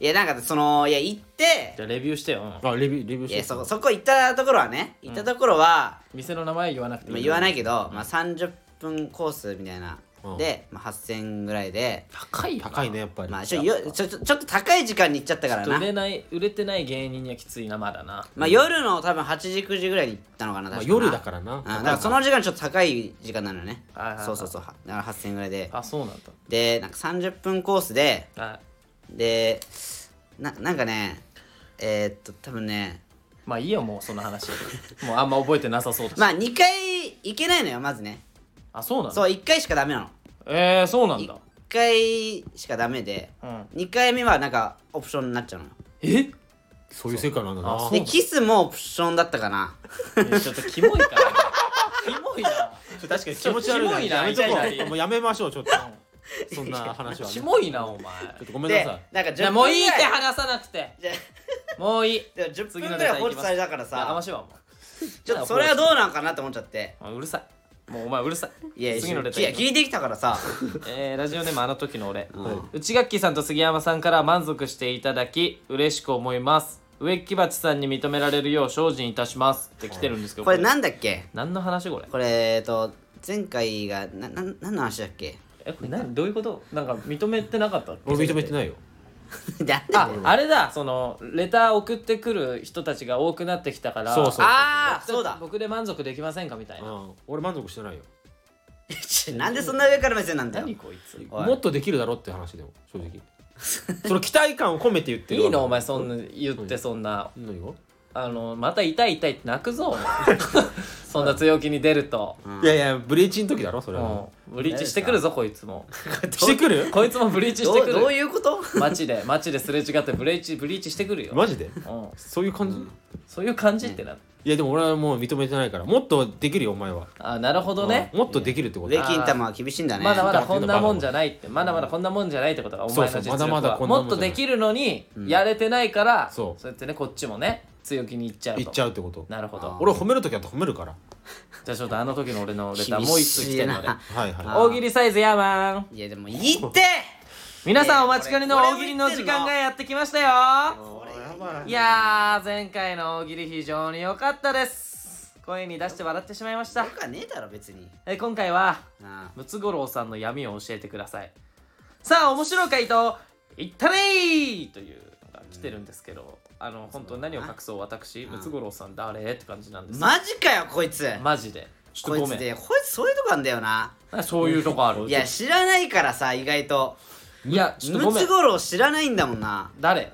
S1: いやなんかそのいや行って
S2: じゃあレビューしてようん
S3: あレビューレビュー
S1: いや
S3: して
S1: そこそこ行ったところはね行ったところは、
S2: 店の名前言わなくていい
S1: まあ、
S2: の
S1: 言わないけど、まあ、30分コースみたいな、
S3: うん
S1: で、まあ、8000円ぐらいで、
S2: 高いよな
S3: 高いねやっぱり
S1: まあ、ちょよちょちょちょっと高い時間に行っちゃったから
S2: ちょっ
S1: な
S2: と売れない売れてない芸人にはきついなまだな
S1: まあ、夜の多分8時9時ぐらいに行ったのかな
S3: まあ
S1: 確か
S3: 夜だからな
S1: うん、だからその時間ちょっと高い時間なのよね
S2: はいはいはい
S1: そうそうそうはだから8000円ぐらいで
S2: あそうなん
S1: でなんか30分コースで
S2: だはい
S1: でななんかねえー、っと多分ね
S2: まあいいよもうその話もうあんま覚えてなさそうだし
S1: まあ2回行けないのよまずね
S2: あそうなんだ
S1: そう1回しかダメなの
S2: えーそうなん
S1: 1
S2: だ
S1: 回しかダメで
S2: うん
S1: 2回目はなんかオプションになっちゃうのよ
S2: え
S3: そういう世界なんだ
S2: あ
S3: な
S2: そう
S1: でキスもオプションだったかな
S2: えちょっとキモいからキモいな
S3: 確かに
S2: 気持ち悪いな
S3: やめと
S2: 痛い痛い
S3: こ
S2: う
S3: もうやめましょうちょっとそんな話はね
S2: キ
S3: ちょ
S2: モいなお前
S3: っとごめんな
S1: で
S3: さい
S1: なんか10
S2: じゃあ
S1: 分
S2: もういい
S1: ぐ
S2: っ
S1: ら
S2: て話さなくて
S1: じゃ
S2: もういい
S1: あでも10分
S2: 次の
S1: ぐ
S2: ネ
S1: ら
S2: タ
S1: い
S2: いきます
S1: 放置されたから
S2: やかま
S1: さ
S2: しいわもう
S1: ちょっとそれはどうなんかなって思っちゃって
S2: あうるさいもうお前うるさい
S1: いやい
S2: 次
S1: や
S2: のレターいき
S1: 聞いてきたからさ
S2: ますえーラジオネームあの時の俺、
S1: ん
S2: 内垣さんと杉山さんから満足していただき嬉しく思います植木鉢さんに認められるよう精進いたしますって来てるん ですけど
S1: これなんだっけ
S2: 何の話これ
S1: これえっと前回がなな何の話だっけ
S2: えこれ何どういうことなんか認めてなかった
S3: 俺認めてないよ
S1: なんで
S2: ああれだそのレター送ってくる人たちが多くなってきたから
S3: そうそう
S1: あーそうだ
S2: 僕で満足できませんかみたいな、
S3: うん俺満足してないよ
S1: ちょなんでそんな上から目線なんだよ
S2: 何こいつ
S1: おい
S3: もっとできるだろって話でも正直その期待感を込めて言ってる
S2: いいのお前
S3: ん
S2: そんな言ってそんな
S3: 何が
S2: あのまた痛い痛いって泣くぞお前そんな強気に出ると、
S3: いやいやブリーチの時だろそれは
S2: もうブリーチしてくるぞこいつも
S3: してくる
S2: こいつもブリーチし
S1: ど
S2: て
S1: う
S2: く
S1: どう
S2: る
S1: いうこと
S2: 街で街ですれ違ってブリーチブリーチしてくるよ、
S3: マジで
S2: うん、
S3: そういう感じ
S2: そういう感じってな、
S3: いやでも俺はもう認めてないからもっとできるよお前は
S2: あなるほどね、
S3: もっとできるってこと
S1: 礼金玉は厳しいんだね
S2: まだまだこんなもんじゃないってまだまだこんなもんじゃないってことがお前
S3: そ
S2: の
S3: う
S2: 実
S3: そう
S2: 力は
S3: まだまだこんな
S2: も
S3: もん
S2: っ
S3: じゃ
S2: と
S3: ない
S2: できるのにやれてないから、
S3: そう
S2: やってねこっちもね強気にいっちゃうと
S3: 言っちゃうってこと
S2: なるほど
S3: 俺褒める時は褒めるから
S2: じゃあちょっとあの時の俺のレター
S1: 厳
S2: もう一つ来
S1: してい
S2: るので
S1: な
S3: はいはい
S2: 大喜利サイズヤーマン
S1: いやでもいい って
S2: 皆
S1: い
S2: さ
S1: や
S2: んお待ちかねの
S1: これ
S2: 大喜利の時間がやってきましたよいやー前回の大喜利非常に良かったです声に出して笑ってしまいました
S1: なんかねえだろ別に
S2: え今回は
S1: なあ
S2: ムツゴロウさんの闇を教えてくださいさあ面白い回答いったれーというのが来てるんですけどあの本当何を隠そう私ムツゴロウさん誰って感じなんです
S1: マジかよこいつ
S2: マジでち
S1: こ
S2: ょっと
S1: い
S2: ご
S1: つ
S2: めん
S1: でこいつそういうとこなんだよな
S2: なんかそういうとこある
S1: いや知らないからさ意外と
S2: いやちょっとご
S1: ム
S2: めん
S1: ツゴロウ知らないんだもんな
S2: 誰
S1: い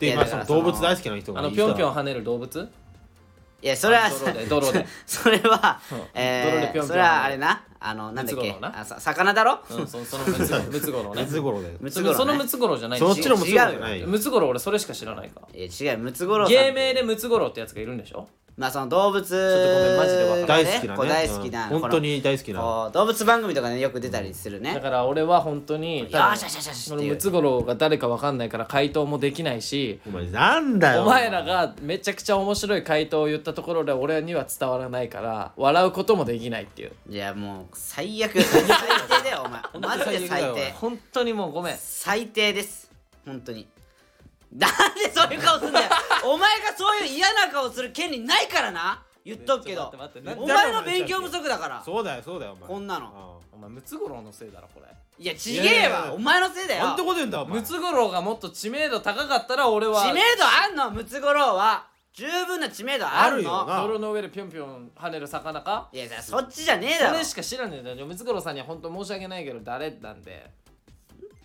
S3: で
S1: や
S3: 今
S1: だか
S3: その
S1: ら
S3: 動物大好きな人
S2: あ
S3: が
S2: のぴょんぴょん跳ねる動物
S1: いやそれは
S2: あ泥で泥で
S1: それは
S2: うん泥で
S1: え
S2: ぴょんぴょ
S1: ー
S2: ん
S1: それはあれなあのなんだっ
S2: ムツゴ
S1: け
S2: ロウな
S1: あさ魚だろ
S2: うんそそのムツゴロウムツゴロウね
S3: ムツゴロウだよ
S1: ムツ
S2: そ
S1: ゴロ
S2: の
S1: ウ
S2: その
S1: ね
S2: ムツゴロウじゃない
S3: そっちのムツ
S1: 違う
S3: ゴロウじゃ
S1: よ
S3: ないよ
S2: ムツゴロウ俺それしか知らないから
S1: いや違うムツゴロウさん
S2: 芸名でムツゴロウってやつがいるんでしょ
S1: まあその動物ちょ
S2: ょっとごめんマジでわかんな
S3: 大好きなね
S1: 大好きな
S3: うん本当に大好き
S1: この
S3: な
S1: こう動物番組とかねよく出たりする
S2: だ
S1: ね
S2: から俺は本当に多分
S1: よしよしよしよし
S2: そのムツゴロウが誰かわかんないから回答もできないし
S3: お前なんだよ
S2: お前らがめちゃくちゃ面白い回答を言ったところで俺には伝わらないから笑うこともできないっていう
S1: いやもう最悪最低だよお前マジで最低
S2: 本当にもうごめん
S1: 最低です本当になんでそういう顔すんだよお前がそういう嫌な顔する権利ないからな言っとくけど
S2: ちょっと待って待って
S1: お前の勉強不足だから
S3: そうだよそうだよお前
S1: こんなの
S3: の
S2: お前ムツゴロウのせいだろこれ
S1: いやちげえ
S3: いやいやいや
S1: わお前のせいだよ
S3: なんてこと言うんだお前
S2: ムツゴロウがもっと知名度高かったら俺は
S1: 知名度あんのムツゴロウは十分な知名度あるの
S3: あるよな
S2: 泥の上でぴょんぴょん跳ねる魚か
S1: いやじゃあそっちじゃねえだ
S2: そ
S1: ろ
S2: れしか知らねえんだよムツゴロウさんには本当申し訳ないけど誰なんで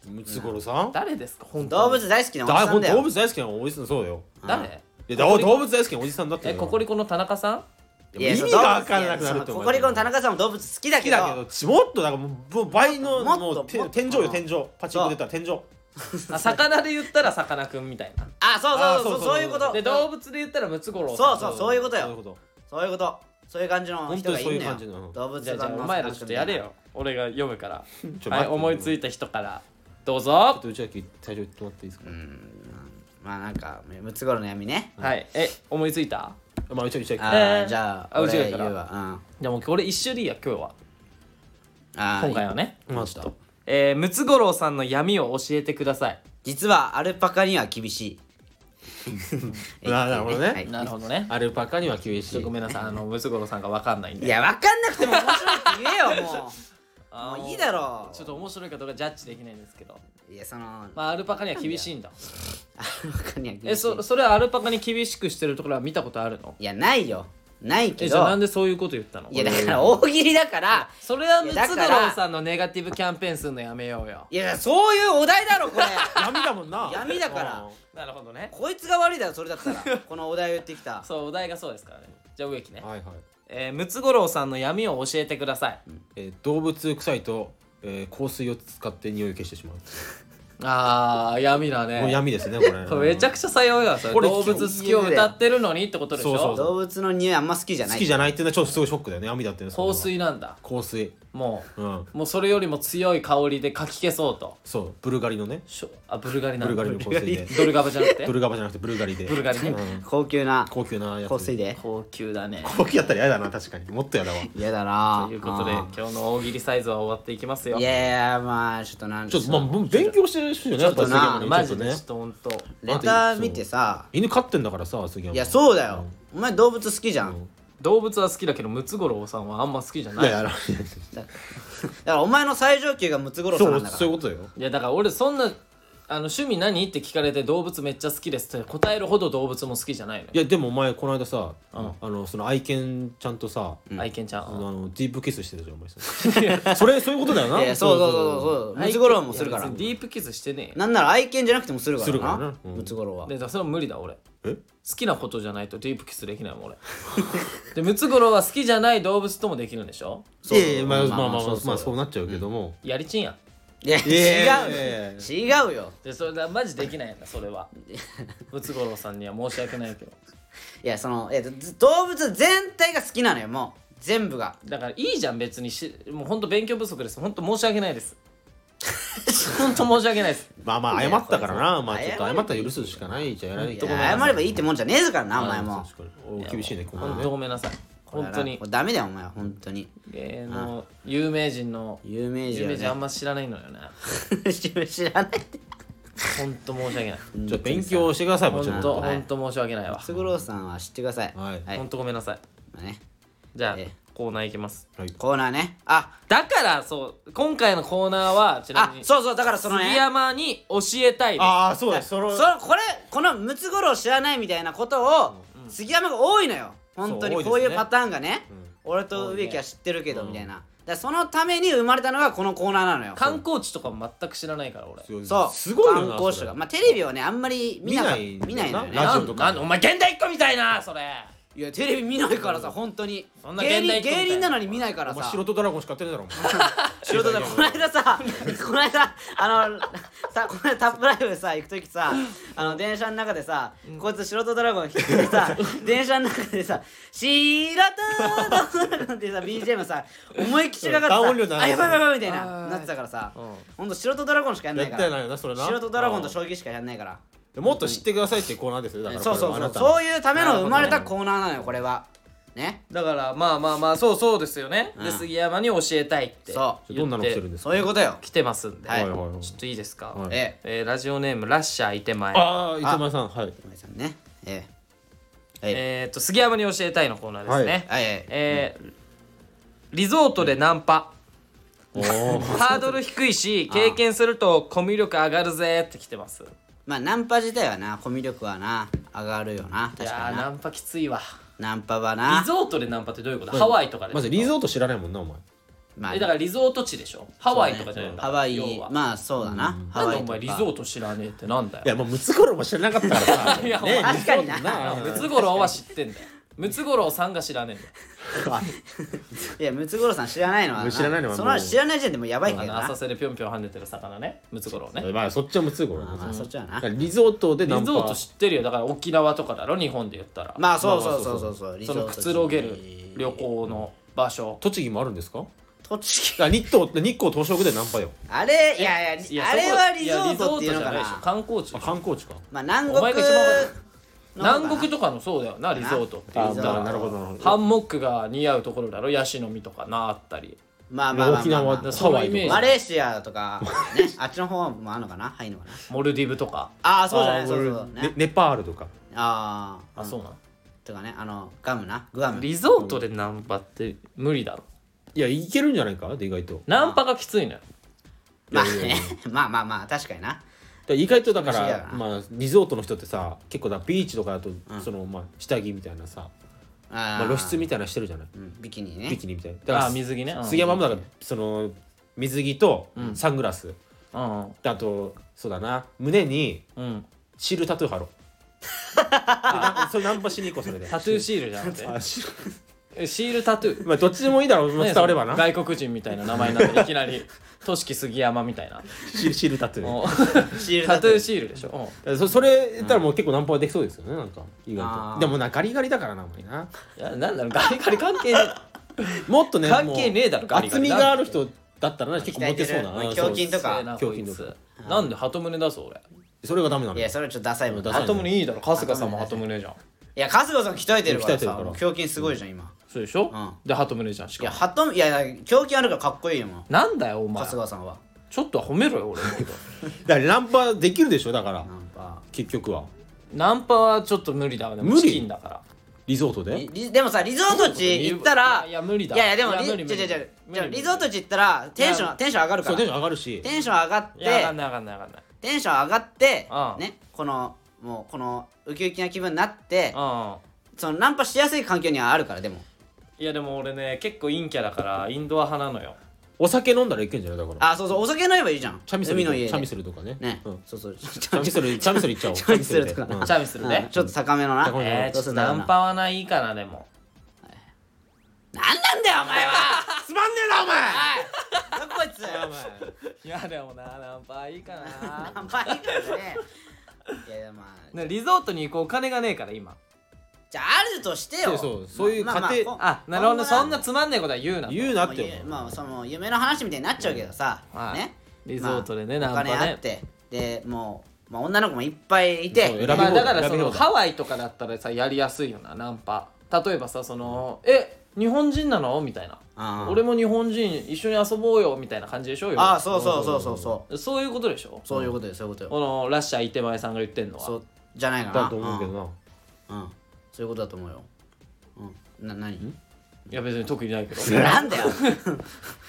S3: ムツゴロウさん
S2: 誰ですか本当
S1: 動
S2: に
S1: 物大好きなおじ
S3: だ
S1: さ
S3: ほ
S1: ん
S3: ん
S1: だ
S3: 動
S1: よ
S3: 物大好きなおじさんそうだよ
S2: 誰
S3: いやだ動物大好きなおじさんだって
S2: えココリコの田中さん
S3: いや意
S1: そ
S3: 味
S1: う
S3: がわからなくなる
S1: いや
S3: と
S1: その
S3: 思
S1: コ
S3: う
S1: コリコの田中さんも動物好きだ
S3: 好き
S1: けど
S3: だけどちもっとだからもうもう倍の
S1: もっと
S3: もうて
S1: もっと
S3: 天井よ
S1: うん
S3: 天井パチンコ出たら天井
S2: あ魚で言ったらさかなクンみたいな
S1: あ
S3: あ
S1: そうそうそう
S3: そうそう
S1: そういうこと
S2: で動物で言ったらムツゴロウ
S1: そう
S2: さ
S1: そうそういうこと
S3: そういう
S1: よ
S3: こと
S1: そういうことそういう感じの人がいいんだよ
S3: 本当にそういう感じの
S1: 動物
S2: んじゃあじゃあ
S1: 版
S2: お
S1: の
S2: 前らちょっとやれよ俺が読むから
S3: ちょ
S2: はい
S3: 待って
S2: 思いついた人からどう
S3: ちょ
S2: ぞ
S3: っとうちだけ最初言ってもらっていいですか
S1: まあなんかムツゴロウの闇ね
S2: はいえ思いついた
S3: まあうちだけうちだけ
S1: あ
S2: え
S1: ー
S2: ー
S1: じゃあ
S2: あうちが
S1: 俺
S2: か
S1: 言
S2: ら
S1: うわ
S2: じゃあもうこれ一周でいいや今日は
S1: うんあー
S2: 今回はね
S3: まあちょっと
S2: えームツゴロウさんの闇を教えてください
S1: 実はアルパカには厳しいえ
S3: ななるほど ね
S1: はい
S2: なるほどね
S3: アルパカには厳し
S2: ちょっ
S3: い
S2: とごめんなさいあのムツゴロウさんがわかんないん
S1: い
S2: で
S1: や分かんなくても面白いって言えよも
S2: あー
S1: もういいだろう
S2: ちょっと面白いかどうかジャッジできないんですけど
S1: ういやその
S2: まあアルパカには厳しいんだ
S1: アルパカには厳しい
S2: えそそれはアルパカに厳しくしてるところは見たことあるの
S1: いやないよないけ
S2: えじゃあな
S1: ど
S2: んでそういうこと言ったの
S1: いやだから大喜利だから
S2: それはム
S1: い
S2: ツ
S1: やだ
S2: ゴ
S1: から
S2: ロウさんのネガティブキャンペーンするのやめようよ
S1: いやそういうお題だろこれ
S3: 闇だもんな
S1: 闇だから
S3: うん
S2: なるほどね
S1: こいつが悪いだろそれだったらこのお題を言ってきた
S2: そうお題がそうですからねじゃあ植木ね、
S3: はいはい
S2: えームツゴロウさんの闇を教えてください、
S3: えー動物臭いとえー香水を使って匂いを消してしまう
S2: あー闇だ
S3: もう
S2: ね
S3: 闇ですねこ れ
S2: これめちゃくちゃさようよそれ
S3: これ
S2: 動物好きを歌ってるのにってことでしょ
S3: そうそう
S1: 動物の匂いあんま好きじゃない
S3: 好きじゃないっていうのはちょっとすごいショックだよね闇だってねそれは
S2: 香水なんだ
S3: 香水
S2: もう、
S3: うん
S2: もうそれよりも強い香りでかき消そうと
S3: そうブルガリのね
S2: しょあブルガリな
S3: ブ
S2: ん
S3: ル
S2: だ
S3: ガリの香水で
S2: ドルガバじゃなくて
S3: ブルガバじゃなくてブルガリで
S2: ブルガリね
S3: うん
S1: 高級な
S3: 高級なやつ
S1: 香水で
S2: 高級だね
S3: 高級やったら嫌だな確かにもっと嫌だわ
S1: 嫌だな
S2: ということで今日の大喜利サイズは終わっていきますよ
S1: いやいやまあちょっとなん
S3: ちょっとまあもう勉強してる人よねやっぱ
S1: ちょっとな
S3: 杉山ね
S2: マジ
S3: ち
S2: で
S3: ょ
S2: ちょ
S3: っと
S2: っとほんと
S1: レター見てさ
S3: 犬飼ってんだからさ杉山
S1: いやそうだよお前動物好きじゃん
S2: 動物は好きだけどムツゴロウさんはあんま好きじゃないい
S3: やいや あの
S1: だからお前の最上級がムツゴロウさん
S3: そ
S1: な
S3: うん
S1: だか
S3: そう
S1: ら
S3: いうことだよ
S2: いやだから俺そんなあの趣味何って聞かれて動物めっちゃ好きですって答えるほど動物も好きじゃないの
S3: い
S2: よ
S3: やでもお前この間さ、
S2: うん
S3: あのその愛犬ちゃんとさ、
S2: 愛犬ちゃん
S3: あ
S2: うん
S3: のあのディープキスしてたじゃんお前 それそれそういうことだよ
S1: い
S3: な
S1: やそうそうそうそうムツゴロウもするか
S2: いや
S1: ら
S2: 別にディープキスしてねえよ
S1: なんなら愛犬じゃなくてもするか
S3: するからら
S1: な
S3: なうん
S1: ムツゴロウは
S2: でだからそれは無理だ俺
S3: え
S2: 好きなことじゃないとディープキスできないもん俺でムツゴロウは好きじゃない動物ともできるんでしょ
S1: そう
S3: いやいやまあまあまあまあ
S1: そ
S3: そうう
S1: そう
S3: まあそうなっちゃうけども、
S2: やりちんやん
S1: いや
S3: いやい
S1: 違
S3: やいやいや
S1: うよ違うよ
S2: でそれだマジできないんだそ れはムツゴロウさんには申し訳ないけど
S1: いやそのいやず動物全体が好きなのよもう全部が
S2: だからいいじゃん別にしもうほんと勉強不足ですほんと申し訳ないです ほんと申し訳ないです
S3: まあまあ謝ったからな、
S1: いや
S3: まあちょっと謝ったら許すしかないじゃない
S1: い
S3: と
S1: や
S3: ころ
S1: 謝ればいいってもんじゃねえぞからなお
S3: お
S1: 前も
S3: 厳しいねこ
S2: ほ
S3: の
S2: ん
S3: ね
S2: とごめんなさい本当に
S1: これダメだよお前は本当に
S2: 芸能有名人の
S1: 有名人
S2: 有
S1: は
S2: 名
S1: ね
S2: 人あんま知らないのよね
S1: 知らないって
S2: ほんと申し訳ない
S3: じゃあ勉強してくださいも
S2: ほ
S3: うちょ
S2: ん
S3: っ
S2: と
S3: と
S2: ほんと申し訳ないわ
S1: ムツゴロウさんは知ってください
S3: はい
S1: はい
S2: ほんとごめんなさい
S1: まあね
S2: じゃあ
S1: ええ
S2: コーナーいきます
S3: はい
S1: コーナーねあ
S2: だからそう今回のコーナーはちな
S1: あ
S2: みに
S1: そうそうだからその
S2: 杉
S1: ね
S2: 山に教えたいです
S3: ああそうだその
S1: そのこれこのムツゴロウ知らないみたいなことを杉山が多いのよ本当
S3: そ
S1: に
S3: う多いですね
S1: こういうパターンがね
S3: ん
S1: 俺と植木は知ってるけどみたいなだからそのために生まれたのがこのコーナーなのよ
S2: 観光地とかも全く知らないから俺
S1: そう
S3: すごいよな
S1: 観光地
S3: そ
S1: と
S3: れ
S1: かまあテレビをねあんまり見なか
S3: 見ない
S1: 見ないのよ
S3: ラジ
S1: ね
S3: オとか
S2: なんなんお前現代っ子みたいなそれ
S1: いやテレビ見ないからさ本当に
S2: そんな
S1: 芸
S2: 現
S1: 人
S2: 代っ子みた
S1: 芸
S2: いな
S1: 人なのに見ないから
S3: お前
S1: さ
S3: 素人ドラゴンしかやってないだろお 前
S1: 仕事だこの間さこの間あのさこの間タップライブさ行く時さあの電車の中でさ、こいつ素人ドラゴン弾いて さ電車の中でさ「素人ドラゴン」ってさ BGM さ思いっきりかかって
S3: ダウン
S1: さ
S3: 音量になる
S1: あやばいやばいやばい」みたい
S2: あ
S1: な
S2: ー
S1: なってたからさ、
S2: うん
S1: ほんと素人ドラゴンしかやんな
S3: や
S1: い
S3: っ
S1: か
S3: て
S1: ら
S3: ないよなそれな
S1: 素人ドラゴンと将棋しかやんないから
S3: うんもっと知ってくださいってコーナーですよだから
S1: そうそう
S3: こ
S1: そう
S3: れはあなたの
S1: そういうための生まれたコーナーなのよこれはね
S2: だからまあまあまあそうそうですよね、
S1: う
S2: で
S1: ん
S2: 杉山に教えたいって
S1: そ
S3: どんなの来てるんですか
S1: そういうことよ
S2: 来てますんで、
S1: はい
S3: はいはいはい
S2: ちょっといいですか、
S3: はい
S1: ええ
S2: えーラジオネームラッシャーいてまえ
S3: ああ伊藤さんはい
S1: お前さんねええはい
S2: えー、と杉山に教えたいのコーナーですね、
S3: はい
S1: はいはい
S2: えーリゾートでナンパ
S3: おー
S2: ハードル低いし経験するとコミュ力上がるぜって来てます
S1: まあナンパ自体はなコミュ力はな上がるよない確
S2: や
S1: か
S2: ー
S1: に
S2: ナ
S1: な
S2: ンパきついわ
S1: ナンパは
S2: リ
S1: な
S2: ゾートでナンパってどういうことハワイとかで
S3: まずリゾート知らないもんなお前
S1: まあ
S2: えだからリゾート地でしょハワイとかじゃないんだ
S1: ハワイ
S2: 要は
S1: まあそうだなハ
S2: なん
S1: ワ
S2: で
S1: イ
S2: お
S1: とか
S2: 前リゾート知らねえってなんだ
S3: いや
S2: よ
S3: もうムツゴロウも知らなかったからさ
S2: いや
S3: ね
S1: 確かにな
S3: リゾート
S2: ムツゴロウは知ってんだよムツゴロウさんが知らね
S1: いやムツゴロウさん知らないのはな
S3: 知らないのはもう
S1: その知らない時点でもうやば
S2: え
S1: い
S2: ん
S1: けど
S2: だよあの
S1: な
S2: 浅瀬でぴょんぴょん跳ねてる魚ねムツゴロウね
S3: まあそっちはムツゴロウだな
S1: まあそっちはな
S3: リゾートで
S2: リ
S3: ナ
S2: ゾ
S3: ンパ
S2: ート知ってるよだから沖縄とかだろ日本で言ったら
S1: まあそうそうそうそうそうリゾ
S2: そ
S1: ート
S2: の
S1: 地
S2: くつろげる旅行の場所
S3: 栃木もあるんですか
S1: 栃木
S3: あ日東日光東照宮でナンパよ
S1: あれいやい
S2: い
S1: やあ
S2: やそこ
S1: れはリゾートって
S2: い
S1: いうの
S2: やリゾートじゃ
S1: か
S2: ないでしょ
S1: な
S2: 観光地
S3: あ観光地か
S1: まあ南
S2: お
S1: 国
S2: 前が一番わかる
S1: の方かな
S2: 南国とかのそうだよなリゾートって
S1: あ
S2: 言
S1: ー
S2: った
S1: な
S2: ら
S1: るほ
S3: どなる
S2: ハンモックが似合うところだろヤシの実とかなあったり
S1: まあまあまあまあ
S3: 沖縄
S1: まあ
S3: ハワイ
S2: そのイメー
S3: と
S2: ジ
S3: か
S1: マレーシアとかねあっちの方もあるのかな入るのかな
S2: モルディブとか
S1: ああそうじゃな
S3: あ
S1: い
S3: ー
S1: そうそう
S3: 俺
S1: そう
S3: ね
S1: ね
S3: ネパールとか
S1: ああ
S2: あそうなの
S1: とかねあのガムなグアム
S2: リゾートでナンパって無理だろ
S3: いや行けるんじゃないかで意外と
S2: ナンパがきついのよ
S1: まあね まあまあまあ確かにな
S3: で意外とだか
S1: 難しいや
S3: ら
S1: ろな
S3: まあリゾートの人ってさ結構だビーチとかだとそのまあ下着みたいなさ
S1: あ
S3: まあ
S1: ー
S3: 露出みたいなしてるじゃない
S1: うんビキニね
S3: ビキニみたいなだから
S2: あー水着ねうん
S3: 杉山もだからその水着とサングラス
S2: うん
S3: あとそうだな胸に
S2: うん
S3: シールタトゥー貼ろうあ それナンパしに行こうそれで
S2: タトゥーシールじゃなくて
S3: あシール
S2: えシールタトゥー
S3: まあどっちでもいいだろう伝わればな
S2: 外国人みたいな名前になっていきな り「としき杉山」みたいな
S3: シールシールタトゥー
S2: お
S1: シール
S2: タ
S1: だ
S2: ト
S1: と
S2: ゥーシールでしょ
S3: だからそそれ言ったらもう結構ナンパはできそうですよねなんか意
S1: あー
S3: 外とでもなガリガリだからなお前な
S2: うんいやなんだろうガリガリ関係ね
S3: もっとねもう
S2: 関係ねえだろガリガ
S3: 厚
S2: リ
S3: みがある人だったらな結構モテそうだ
S1: 鍛え
S3: な
S1: てる胸筋と
S2: え
S1: か
S2: せえな
S3: 胸
S2: こい
S3: 筋とか
S2: つなんで鳩胸だぞ俺
S3: そうそれがダメなの
S1: いやそれはちょっとダサいもん
S3: ダ
S1: い
S3: サい
S2: 鳩胸いいだろ春日さんも鳩胸じゃん
S1: や春日さん鍛えてるから
S3: 鍛えてる
S1: さ
S3: から
S1: もう胸筋すごいじゃん今
S2: そうでしょ、
S1: うん
S2: で鳩胸じゃんし
S1: い
S2: か
S1: や
S2: も
S1: ハトいやいや胸筋あるからかっこいいよもう
S2: なんだよお前
S1: 春日さんは
S2: ちょっとは褒めろよ 俺のこと
S3: だからナンパできるでしょだから
S1: なんか
S3: 結局は
S2: ナンパはちょっと無理だわでも
S3: 無理
S2: チキンだから
S3: リゾート
S1: リ
S3: で
S1: リでもさリゾート地行ったら
S2: いやいや無理だ
S1: いやいやでも
S2: いや無
S1: リじ
S2: 理
S1: ゃ
S2: 無理
S1: じゃじゃ
S2: 無理
S1: じゃ
S2: 無理
S1: リゾート地行ったらテンションテンション上がるか
S3: そ
S1: ら
S3: うテンション上がるし
S1: テンション上がっ
S2: いや上が
S1: て
S2: んない上がんない上がんない
S1: テンション上がって
S2: ああ
S1: ねこのもうこのウキウキな気分になって
S2: うん
S1: そのナンパしやすい環境にはあるからでも
S2: いやでも俺ね結構陰キャだからインドア派なのよ
S3: お酒飲んだらいけんじゃないだから
S1: あそうそうお酒飲めばいいじゃん
S3: チャミスル
S1: 海
S3: と
S1: の
S3: か
S1: 家
S3: チ
S1: で
S3: ャミスルとかね
S1: ね
S3: うん
S1: そうそうチ
S3: チャミス ルチャミスルいっちゃおう
S1: チャミスルとか
S3: うん
S2: チャミする
S1: うん
S2: ね
S1: ちょっと高めのな
S3: 高めの
S2: えー、ちょっとナンパはないかなでも
S1: なんなんだよお前は
S3: つまんねえなお前
S1: どこいつ
S2: いやでもなナンパはいいかな
S1: ナンパいいからねいやいやまあ
S2: ねリゾートに行こうお金がねえから今
S1: じゃああるとしてよ
S3: そうそうそういう
S1: まあまあ
S3: 家庭
S1: こ
S2: あなるほどそんな
S1: ま
S2: つまんないことは言うなと
S3: 言う
S1: あ
S3: なってよ
S1: まあその夢の話みたいになっちゃうけどさ、
S2: うんはい
S1: ね
S2: リゾートでね、
S1: お
S2: ナン
S1: 金
S2: パ
S1: あっ
S2: ね
S1: てでもう、まあ、女の子もいっぱいい
S3: そう
S1: て
S3: 選
S2: ま
S3: び
S2: あ
S3: 放題
S2: だからそ
S3: 選び
S2: の
S3: 放題
S2: ハワイとかだったらさやりやすいよなナンパ例えばさその「え日本人なの?」みたいな
S1: あ
S2: 「俺も日本人一緒に遊ぼうよ」みたいな感じでしょよ
S1: ああそうそうそうそうそう
S2: そういうことでしょ
S1: そういうことよそういうことよ
S2: このラッシャー伊手前さんが言ってんのは
S1: そうじゃないかな
S3: だと思うけどな
S1: うん、うんそういうことだと思うようんな何
S2: いや別に特にないけどちょ
S1: なんだよ
S3: まあだ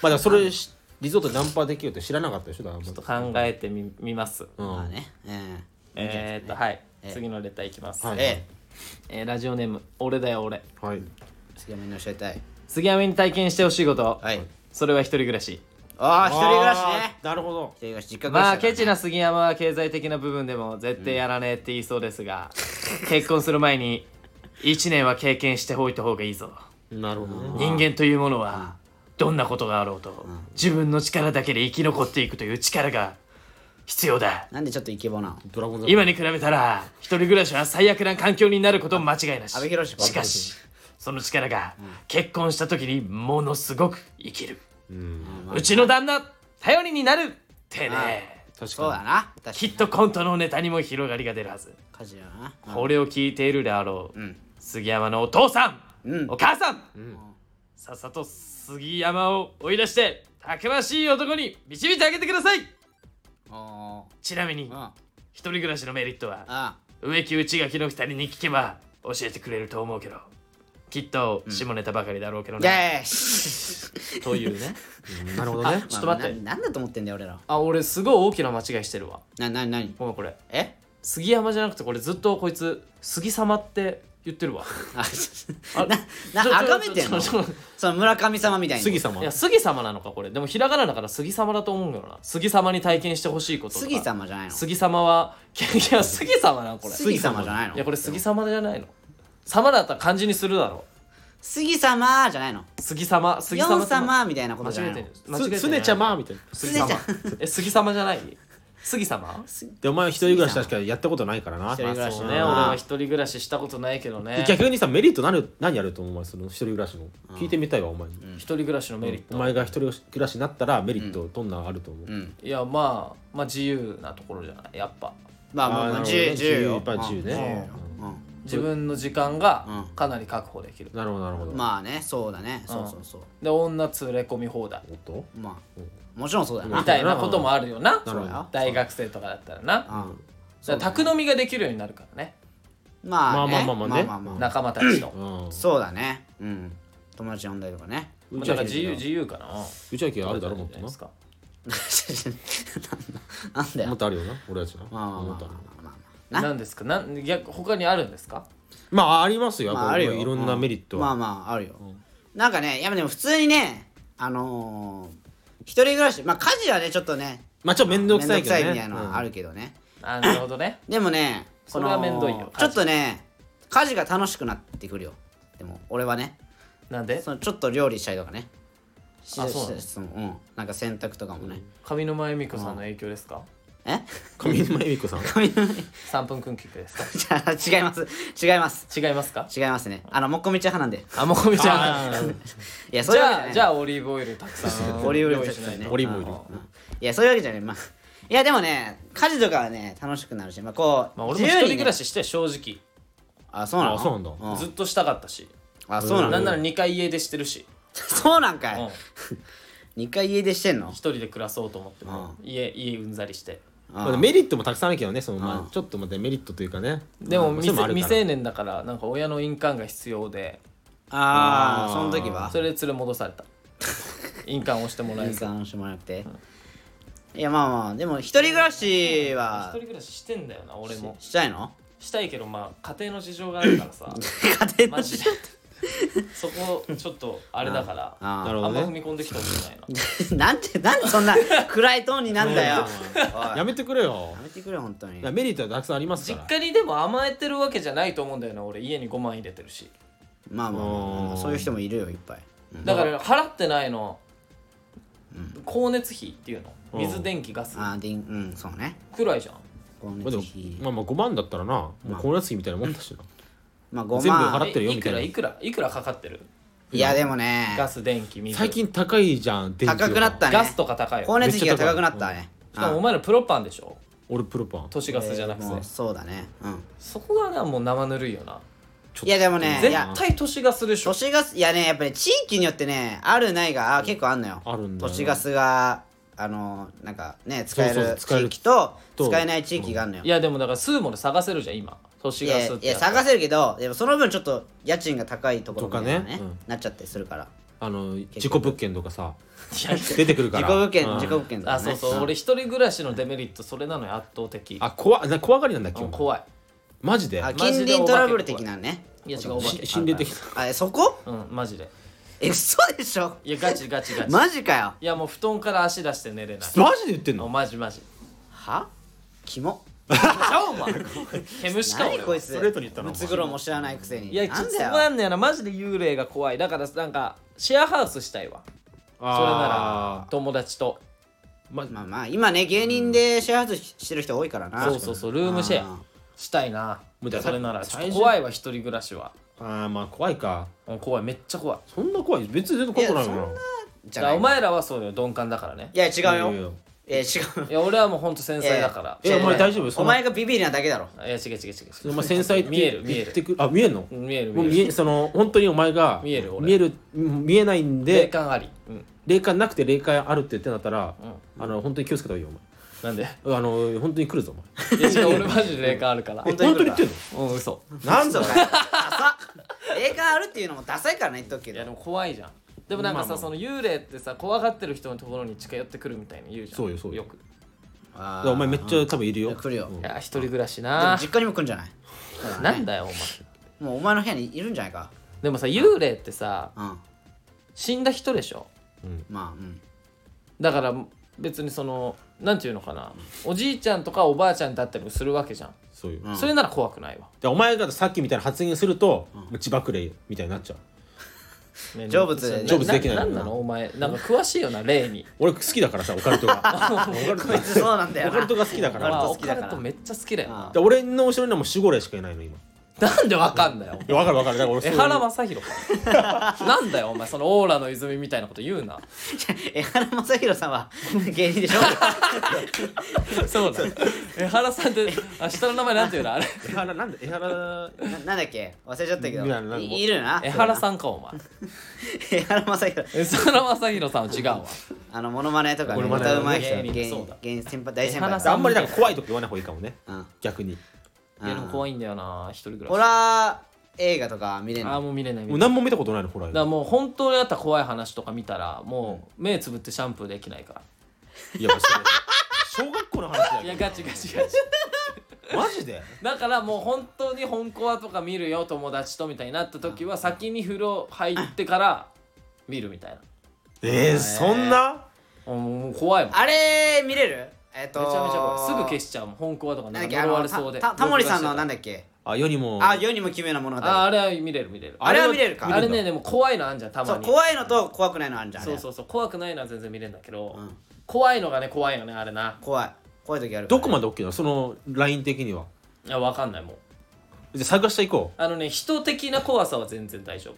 S3: からそれしリゾートでナンパできるって知らなかったでしょだからちょ
S2: っと考えてみみます
S1: まあねええ
S2: えー、っとはい、
S1: ええ
S2: 次のレターいきます、
S3: はい
S1: え
S2: えーラジオネーム「俺だよ俺
S3: はい
S1: え次はみんな教えたい」
S2: 杉山に体験してほしいこと、
S1: はい
S2: それは一人暮らし
S1: ああ一人暮らしね
S3: あーなるほど
S1: 一人暮らし実家暮らし
S2: まあ
S1: だから
S2: ケチな杉山は経済的な部分でも絶対やらねえって言いそうです が、結婚する前に1年は経験しておいた方がいいぞ
S3: なるほどね
S2: 人間というものはどんなことがあろうと自分の力だけで生き残っていくという力が必要だ
S1: なんでちょっとイケボなの
S3: ドラゴン
S2: 今に比べたら一人暮らしは最悪な環境になること間違いなし
S1: 阿部寛か
S2: しかしその力が結婚した時にものすごく生きる、
S3: ううん
S2: うちの旦那頼りになるってね、
S3: 確
S1: そう
S3: か
S1: だな確かに
S2: きっとコントのネタにも広がりが出るはず
S1: 火事やな
S2: これを聞いているであろう、杉山のお父さん、
S1: うん
S2: お母さん、さっさと杉山を追い出してたくましい男に導いてあげてください
S1: あ
S2: ちなみに
S1: ーあ
S2: 一人暮らしのメリットは
S1: あ
S2: 植木内垣の二人に聞けば教えてくれると思うけどきっと下ネタばかりだろうけど
S1: イ
S2: ね、
S1: エーイ
S2: とい うね
S3: になるほどね
S2: ちょっと待って
S1: まあななんだと思ってんだよ俺ら
S2: あ俺すごい大きな間違いしてるわ
S1: なな何
S2: ごめんこれ
S1: え
S2: 杉山じゃなくてこれずっとこいつ杉様って言ってるわ
S1: あ
S2: あ
S1: ななあがめてんの
S2: ちょちょ
S1: そ
S2: ちょ
S1: の村神様みたいに
S3: 杉様
S2: いや杉様なのかこれでもひらがなだから杉様だと思うんだよな杉様に体験してほしいこととか
S1: 杉様じゃないの
S2: 杉様はいや杉様なのこれ
S1: 杉様じゃないの
S2: いやこれ杉様じゃないの様だったら漢字にするだろ
S1: 杉様じゃないの
S2: 杉様杉様
S1: 四様みたいなこ
S2: 間
S1: と
S2: 違
S1: じゃな
S2: え
S1: い
S2: て
S1: の
S2: る間違えてる
S3: すねちゃまみたいな
S2: 杉様
S1: すね
S2: え杉様じゃない杉様
S3: でお前一人暮らし確かやったことないからな
S1: 一人暮らし
S2: そ
S1: ね
S2: うね俺は一人暮らししたことないけどね
S3: 逆にさメリットなる何やると思うお前その一人暮らしの聞いてみたいわお前に
S2: 一人暮らしのメリッ
S3: お
S2: ト
S3: 前が一人暮らしになったらメリットどんなのあると思う
S1: うん
S2: いやまあまあ自由なところじゃないやっぱ
S1: まあまあ
S3: あー
S1: まあ
S3: なるほどね
S1: 10
S3: 自由
S1: よ
S3: やっぱり自由ね
S1: うんうん
S2: 自分の時間が
S1: うん
S2: かなり確保できる
S3: なるほどなるほど
S1: まあねそうだねそうそうそう
S2: で女連れ込み放題
S3: おっと
S1: まあもちろんそうだよ
S2: み
S1: な
S2: たいなこともあるよな
S3: なるほど
S2: 大学生とかだったらなだか
S1: うん
S2: ら宅飲みができるようになるからね
S1: まあね
S3: まあまあまあね
S1: まあまあまあ
S2: 仲間たちと
S3: うん
S1: そうだねうん友達呼んだりとかね
S2: だから自由
S3: 内
S2: 自由かな
S3: 明あるだろもっ
S2: じゃない
S3: とな
S2: ですか
S1: なんだ
S3: も
S1: よ
S3: っとあるよな俺たちな
S1: まあまあ
S3: も
S1: ま
S3: っ
S1: あ
S3: とある
S1: まあまあな
S2: 何ですかなん逆他にあるんですか
S3: まあありますよやっ
S1: まあ
S3: ぱ
S1: ある
S3: り
S1: よ
S3: いろんなメリット
S1: うんまあ
S3: は
S1: まああるよ、なんかねいやでも普通にねあのー、一人暮らしまあ家事はねちょっとね
S3: まあちょっと面倒くさいけど
S1: 面倒くさいみたい
S3: ね
S1: なのはあるけどね、
S2: あなるほどね
S1: でもね
S2: それは面倒いよ
S1: このちょっとね家事が楽しくなってくるよでも俺はね
S2: なんで
S1: そのちょっと料理したりとかねし
S2: あそうなの
S1: しそのうんなんか洗濯とかもね、
S2: 上沼恵美子さんの影響ですか
S1: え
S3: 上沼恵美子さん
S2: 3分訓曲ですか
S1: じゃあ違います違います
S2: 違いますか
S1: 違いますねあのもっこみちゃ派なんで
S2: あもこみちゃん
S3: あー
S1: いやそう
S2: じ
S1: いうわけじゃ
S2: ゃ
S1: な
S2: あ
S1: い
S2: じゃあオリーブオイルたくさん
S1: オリーブオイル
S2: 用意しないと
S1: た
S3: オリーブオイル
S1: いやそういうわけじゃないまあいやでもね家事とかはね楽しくなるしまあこう、
S2: まあ俺も一人暮ら
S1: し
S2: しして正直
S1: あそうなの
S3: あそうなんだ
S2: ずっとしたかったし
S1: あそうな
S2: なん
S1: の
S2: なら2回家出してるし
S1: そうなんか
S2: うん
S1: い二回家出してんの
S2: 一人で暮らそうと思っても家家うんざりして
S1: あ
S3: まあメリットもたくさんあるけどねその
S1: う
S3: ま
S1: ん
S3: あちょっとまたメリットというかね
S2: でも
S3: まあ
S2: 未
S3: そういうのある
S2: 未
S3: から
S2: 成年だからなんか親の印鑑が必要で
S1: あー
S3: あー
S1: その時は
S2: それで連れ戻された印鑑を押してもらえ
S1: 印
S2: ず
S1: 鑑してもらって、いやまあまあでも一人暮らし
S2: 一
S1: は
S2: 人暮らししてんだよな俺も
S1: ししたいの
S2: したいけどまあ家庭の事情があるから さ
S1: 家庭
S2: マ
S1: の
S2: ジ
S1: 事
S2: で
S1: 情
S2: そこちょっとあれだからあ
S1: あ
S3: なる
S1: あ
S3: ほど
S2: んま
S3: ね
S2: 踏み込んできてほしくないな
S1: なんてなんでそんな暗いトーンになんだよおい
S3: やめてくれよ
S1: やめてくれ本当に
S3: いやメリットはたくさんあります
S2: 実
S3: から
S2: 家にでも甘えてるわけじゃないと思うんだよな俺家に5万入れてるし
S1: まあまあまあまあそういう人もいるよいっぱい
S2: だから払ってないの、光熱費っていうの水電気ガス
S1: ああでんうんそうね
S2: くらいじゃん
S1: 光
S3: まあ
S1: 熱
S3: でも
S1: 費
S3: まあまあ5万だったらなもう
S1: まあ
S3: 光熱費みたいなもんだしな
S1: まあ5
S3: 全部払
S1: 万
S3: っ
S2: え
S3: てるよ
S2: い
S3: み
S2: く
S3: たい
S2: ら
S3: ない
S2: くらいくらかかってる
S1: いやでもね
S2: ガス電気水
S3: 最近高いじゃん電気
S1: 高くなったね
S2: ガスとか高いよ
S1: 光熱費が高くなったね
S2: しかもお
S1: うん
S2: 前らプロパンでしょ
S3: 俺プロパン
S2: 都市ガスじゃなくて、
S1: もうそうだねうん
S2: そこがなもう生ぬるいよな
S3: ちょっと
S1: いやでもねい
S2: 絶
S1: や
S2: 対都市ガスでしょ
S1: 都市ガスいやねやっぱり地域によってねあるないがあ結構あんのよ
S3: あるんだよ
S1: 都市ガスがあのなんかね使え
S3: そうそう
S1: る
S3: 使え
S1: 地
S3: る
S1: 域と
S3: と
S1: 使えない地域があるのよ
S2: いやでもだからスーモで探せるじゃん今都市
S1: い
S2: ガ
S1: や
S2: スっ
S1: い
S2: て
S1: や
S2: ったら
S1: 探せるけどでもその分ちょっと家賃が高いところみたいな
S3: とかねうん
S1: なっちゃったりするから
S3: あの事故物件とかさ
S2: いや
S3: 出てくるか
S1: 自己
S3: ら
S1: 物件
S3: うん
S1: 自己物件だ
S2: あ
S1: からね
S2: そうそう、
S1: ん
S2: 俺一人暮らしのデメリットそれなのよ圧倒的
S3: あ怖な怖がりなんだっけ
S2: も
S3: お
S2: う
S3: 前
S2: 怖い
S3: マジで
S1: あ
S2: マ
S1: 近
S2: ジで
S1: 隣トラブル的なね
S2: いや違うお化け
S3: し心霊的
S1: あえそこ
S2: うんマジで
S1: え嘘でしょ
S2: いやガチガチガチ、
S1: マジかよ
S2: いやもう布団から足出して寝れない
S3: なマジで言ってん
S2: もう
S3: の
S2: マジマジ
S1: はキモ
S2: じゃお前 毛虫か
S1: 何
S2: 俺
S1: こ
S2: はい
S1: つ
S3: トレートに行ったな
S1: ムツゴロウも知らないくせに
S2: いや
S1: な
S2: ちょっ
S1: ん
S2: と
S1: だ
S2: そ
S1: よ
S2: こなんだよなマジで幽霊が怖いだからなんかシェアハウスしたいわそれなら友達と
S3: ま
S1: まあまあ今ね芸人でシェアハウスししてる人多いからな
S2: そうそうそうルームシェアしたいな
S3: もうだ
S2: それならちょっ
S3: 最
S2: と
S3: 初
S2: 怖いわ一人暮らしは
S3: ああまあ怖いか
S2: うん怖いめっちゃ怖い
S3: そんな怖い別に全然怖くないもん
S1: い
S3: な
S1: やじゃ
S2: だか
S1: な
S2: ら
S1: い
S2: お前らはそうよ鈍感だからね
S1: いや違うよ
S3: いやいや
S1: えー違う
S2: いや俺はもうほんと繊細だから
S3: えー
S2: ちょっと
S3: お前
S2: ね
S3: 大丈夫そ
S1: お
S3: の
S1: 前がビビりなだけだろ
S2: いや違う違う違う違う
S3: お前繊細って
S2: 見える見え
S3: 言って
S2: る
S3: くあ見えんの
S2: 見える
S3: もう
S2: 見
S3: 見
S2: える
S3: えその本当にお前が
S2: 見える俺
S3: 見えるうん見えないん
S2: 霊
S3: で
S2: 感ありうん
S3: 霊感なくて霊感あるって言ってんだったら、あの本当に気をつけた方がいいよ
S2: なん で
S3: お前あの本当に来るぞお
S2: いや違う俺マジで霊感あるから
S3: 前
S1: 本当に来る
S3: 言ってんの
S2: うん嘘
S3: なんだ
S1: そうかよダサ霊感あるっていうのもダサいからね言っとくけ
S2: いやで
S1: ど
S2: も怖いじゃんでもなんか
S3: ま
S2: さ
S3: あま
S2: その幽霊ってさ怖がってる人のところに近寄ってくるみたいに言うじゃん
S3: そうよそうよ
S2: く
S1: あ
S3: だか
S1: ー
S3: らお前めっち
S1: う
S3: ゃ
S1: ん
S3: 多分いるよ
S1: 来るよ
S3: うん
S2: いや一人暮らし
S1: でも
S2: な
S1: 実家にも来るんじゃない
S2: なんだよお前
S1: もうお前の部屋にいるんじゃないか
S2: でもさ幽霊ってさ
S1: うん
S2: 死んだ人でしょ
S1: まあうん
S2: だから別にそのなんていうのかなおじいちゃんとかおばあちゃんだったりもするわけじゃん、
S3: そうよ、
S1: ん
S2: それなら怖くないわ
S3: でお前がさっきみたいな発言すると、自爆霊みたいになっちゃう
S2: ね
S1: 成仏
S3: 成仏できない
S2: ななんなのお前なんか詳しいよな霊に
S3: 俺好きだからさオカ ルトがオカルト
S1: こいつそうなんだ
S3: オ
S1: よ
S3: カ
S1: な
S3: ルトが好きだか
S1: オカル
S3: ら
S1: ト
S2: オ
S1: 好き
S2: カ
S1: だか
S2: ル
S1: ら
S2: トめっちゃ好きだよな
S1: あ
S3: で俺の後ろにはもう守護霊しかいないの今
S2: なんでわかんだよ
S3: いやわかるわかるだから俺
S2: 江
S3: そういう
S2: 原正宏かなんだよお前そのオーラの泉みたいなこと言うな
S1: 江原正宏さんは 芸人でしょ
S2: そうだ江原さんってあ下の名前なんていうのあれ
S3: 江原なんで江原
S1: ななんだっけ忘れちゃったけ
S3: いやな
S1: ど
S3: んか
S1: いいるよな
S2: 江原さんかお前
S1: 江原正宏
S2: 江原正宏さんは違うわ
S1: あのモノマネとかね
S3: モノマネ
S1: 歌うまい人
S2: 芸人
S1: 芸
S2: そうだ
S1: 人芸人先輩大先
S2: 江
S1: 輩
S2: 原
S1: だ
S2: さ
S3: あんまりなんか怖いとか言わない方がいいかもね
S1: うん
S3: 逆に
S2: いやでも怖いんだよな一人暮
S1: ホ
S2: らし
S1: ラー映画とか見れん
S2: ああ
S1: の
S2: もう見れない見
S3: も
S2: れ
S3: う
S2: ない
S3: 何も見たことないのホラ
S2: だから
S3: ー
S2: もう本当にあった怖い話とか見たらもう目つぶってシャンプーできないか
S3: いやまあそれ小学校の話だ
S2: ら
S3: よ
S2: いやガチガチガチ
S3: マジで
S2: だからもう本当に本コアとか見るよ友達とみたいになった時は先に風呂入ってから見るみたい
S3: えー、そんな
S2: なもう怖いもん
S1: あれ見れるえっと
S2: めちゃめちゃ怖いすぐ消しちゃうもん本コアとか
S1: なんだ
S2: なん
S1: っ
S2: か
S1: けあ
S2: 呪わ
S1: の
S2: れそうで
S1: たたタモリさんのなん
S2: だ
S1: だっけ
S3: あ世にも
S1: あ世にも奇妙な物語
S2: あ
S1: あ
S2: あれは見れる見れる
S1: れは見れる
S3: あ
S1: か
S2: あれねでも怖いのあんじゃんた
S1: そ
S2: ま
S1: う
S2: に
S1: 怖いのと怖くないのあるじゃんあれ
S2: そうそうそう怖くないのは全然見れるんだけど、
S1: ん
S2: 怖いのがね怖いよねあれな
S1: 怖い怖い時ある
S3: どこま
S1: で
S3: で OK なのそのライン的にはい
S2: やわかんないもう
S3: じゃあ探していこ
S2: あのね人的な怖さは全然大丈夫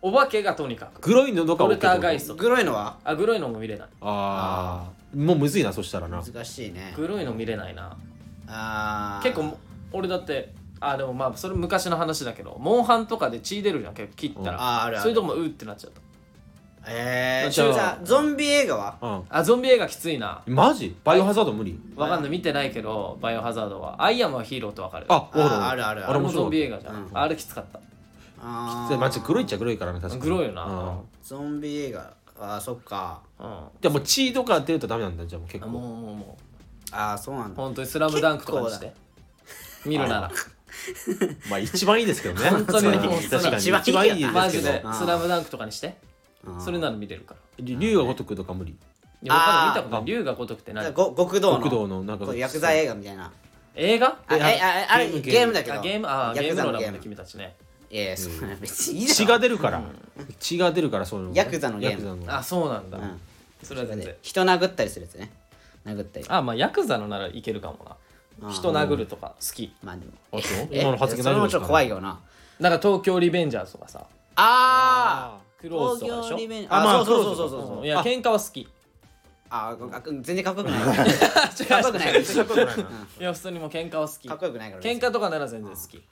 S2: お化けがとにか
S3: う
S2: く
S3: グロいのどこ
S2: オ
S3: は OK
S2: ル
S3: って
S2: ター
S3: こ
S2: ガイ
S3: と
S2: スト
S1: グロいのは
S2: あグロいのも見れない
S3: ああもうむずいなそしたらな
S1: 難しいね
S2: グロいの見れないな
S1: あー
S2: 結構も俺だってあでもまあそれ昔の話だけどモンハンとかで血出るじゃん結構切った
S3: うん
S2: ら
S1: あーあるある
S2: そういうとこもうーってなっちゃった
S1: えー、
S2: じゃあ
S1: じゃあゾンビ映画は
S3: う
S2: あゾンビ映画きついなん
S3: マジバイオハザード無理
S2: わかんない見てないけどバイオハザードはアイアムはヒーローってわかる
S3: あわかるわか
S1: あーあるあるある
S2: あ
S3: あ
S2: れ
S3: れ
S2: も
S3: 面
S2: ゾ
S3: 白
S2: ン
S3: い
S2: ビ映画じゃん、あれきつかった
S1: あ
S3: マジグロいっちゃグロいからね確かに
S2: グロいよな
S3: うん
S1: ゾンビ映画ああそっか
S2: うん
S3: じゃあもう血とか出るとダメなんだじゃあもう結
S2: あ
S3: 構
S2: もうもうもう
S1: ああそうなんだ
S2: 本当に「スラムダンクとかにして見るなら
S3: まあ一番いいですけどね
S2: 本当にもう
S3: 確かに
S1: 一
S3: 一
S1: 番
S3: 番
S1: いい
S3: いい
S2: マ
S3: ですけ
S2: ジ
S3: ど
S2: で
S1: あ
S2: 「
S1: ー
S2: スラムダンクとかにして
S1: うん
S2: それなら見れるから
S3: 竜が如くとか無理
S2: いやわかんない見
S1: あー
S2: たことない龍が如くって
S1: じゃあ
S2: 何
S1: ご極道の
S3: 極道のなんか
S1: こうヤクザ映画みたいな
S2: 映画
S1: あえあああれ
S3: ゲーム
S1: ゲームだけど
S2: あゲームあーゲ
S1: ヤク
S2: ーム
S1: ザ
S2: の
S1: の
S2: ラ
S1: ゲ
S2: ブ
S1: ー
S2: で
S1: ム
S2: 君たちね
S1: いやいやそんな別にいいだろ
S3: 血が出るから血が出るからそういうの
S1: ヤクザのゲーム
S3: ヤクザの
S2: あそうなんだ
S1: うん
S2: それは全然
S1: 人殴ったりするやつね殴ったり
S2: あまあヤクザのならいけるかも
S1: あー
S2: な人殴るとか好き
S1: まあでも
S3: あそう
S1: え
S3: 今の発言
S1: それ
S3: 大丈夫
S1: も
S3: で
S1: ちょ
S3: す
S1: っと
S3: か
S1: 怖いよな
S2: なんか東京リベンジャーズとかさ
S1: ああ
S2: クローズとかでし
S1: 東京
S2: ょ
S1: リベンジ
S3: あまあ
S1: あそうそう
S3: ク
S1: そ
S3: ロー
S1: う
S3: ズ
S1: そうそう
S2: いや喧嘩は好き
S1: ああ全然かっこよくない かっこよくないかっこよくない
S2: いや普通にもう喧嘩は好き
S1: かっこよくないから
S2: 喧嘩とかなら全然好き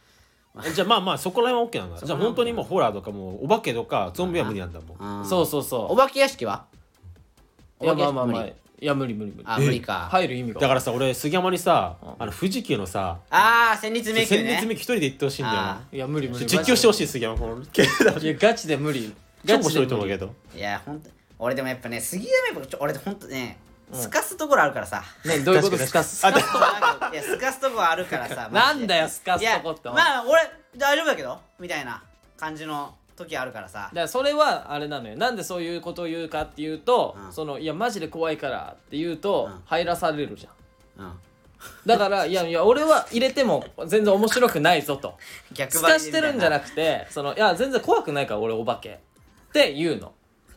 S3: じゃあまあまあそこら辺は OK なんだじゃあ本当にもうホラーとかもうお化けとかゾンビは無理なんだもん
S1: うん
S2: そうそうそ
S1: お化け屋敷は
S2: ういや
S1: お化け
S2: まあまあ
S1: 無理
S2: まあいや無理無理無理
S1: あ無理か
S2: 入る意味が
S3: だからさ俺杉山にさあの富士急のさ
S1: ああ戦慄迷宮
S3: 戦
S1: ね
S3: 慄目一人で行ってほしいんだよ
S1: あ
S3: ない
S2: や無理無理
S3: 実況してほしい杉山こ のゲーム
S2: いやガチで無理
S3: 超
S2: ガ
S3: 面
S2: チ
S3: 白
S2: で
S3: いと思う
S2: 無
S3: け
S2: 理
S3: ど
S1: いやほんと俺でもやっぱね杉山やっぱ俺ほんとねすかすところあるからさ
S2: ねどういうことですか
S1: スカすとこあるいやすかすとこあるからさマ
S2: な
S1: ジ
S2: ん
S1: で
S2: だよスカスとこって
S1: いや
S2: お前
S1: まあ俺大丈夫だけどみたいな感じの時あるからさ
S2: だからそれはあれなのよなんでそういうことを言うかっていうと、
S1: うん
S2: そのいやマジで怖いからって言うと、
S1: うん
S2: 入らされるじゃん
S1: うん
S2: だからいやいや俺は入れても全然面白くないぞ と
S1: 逆
S2: 透
S1: 張りみ
S2: か
S1: た
S2: し
S1: い
S2: てるんじゃなくてそのいや全然怖くないから俺お化けって言うの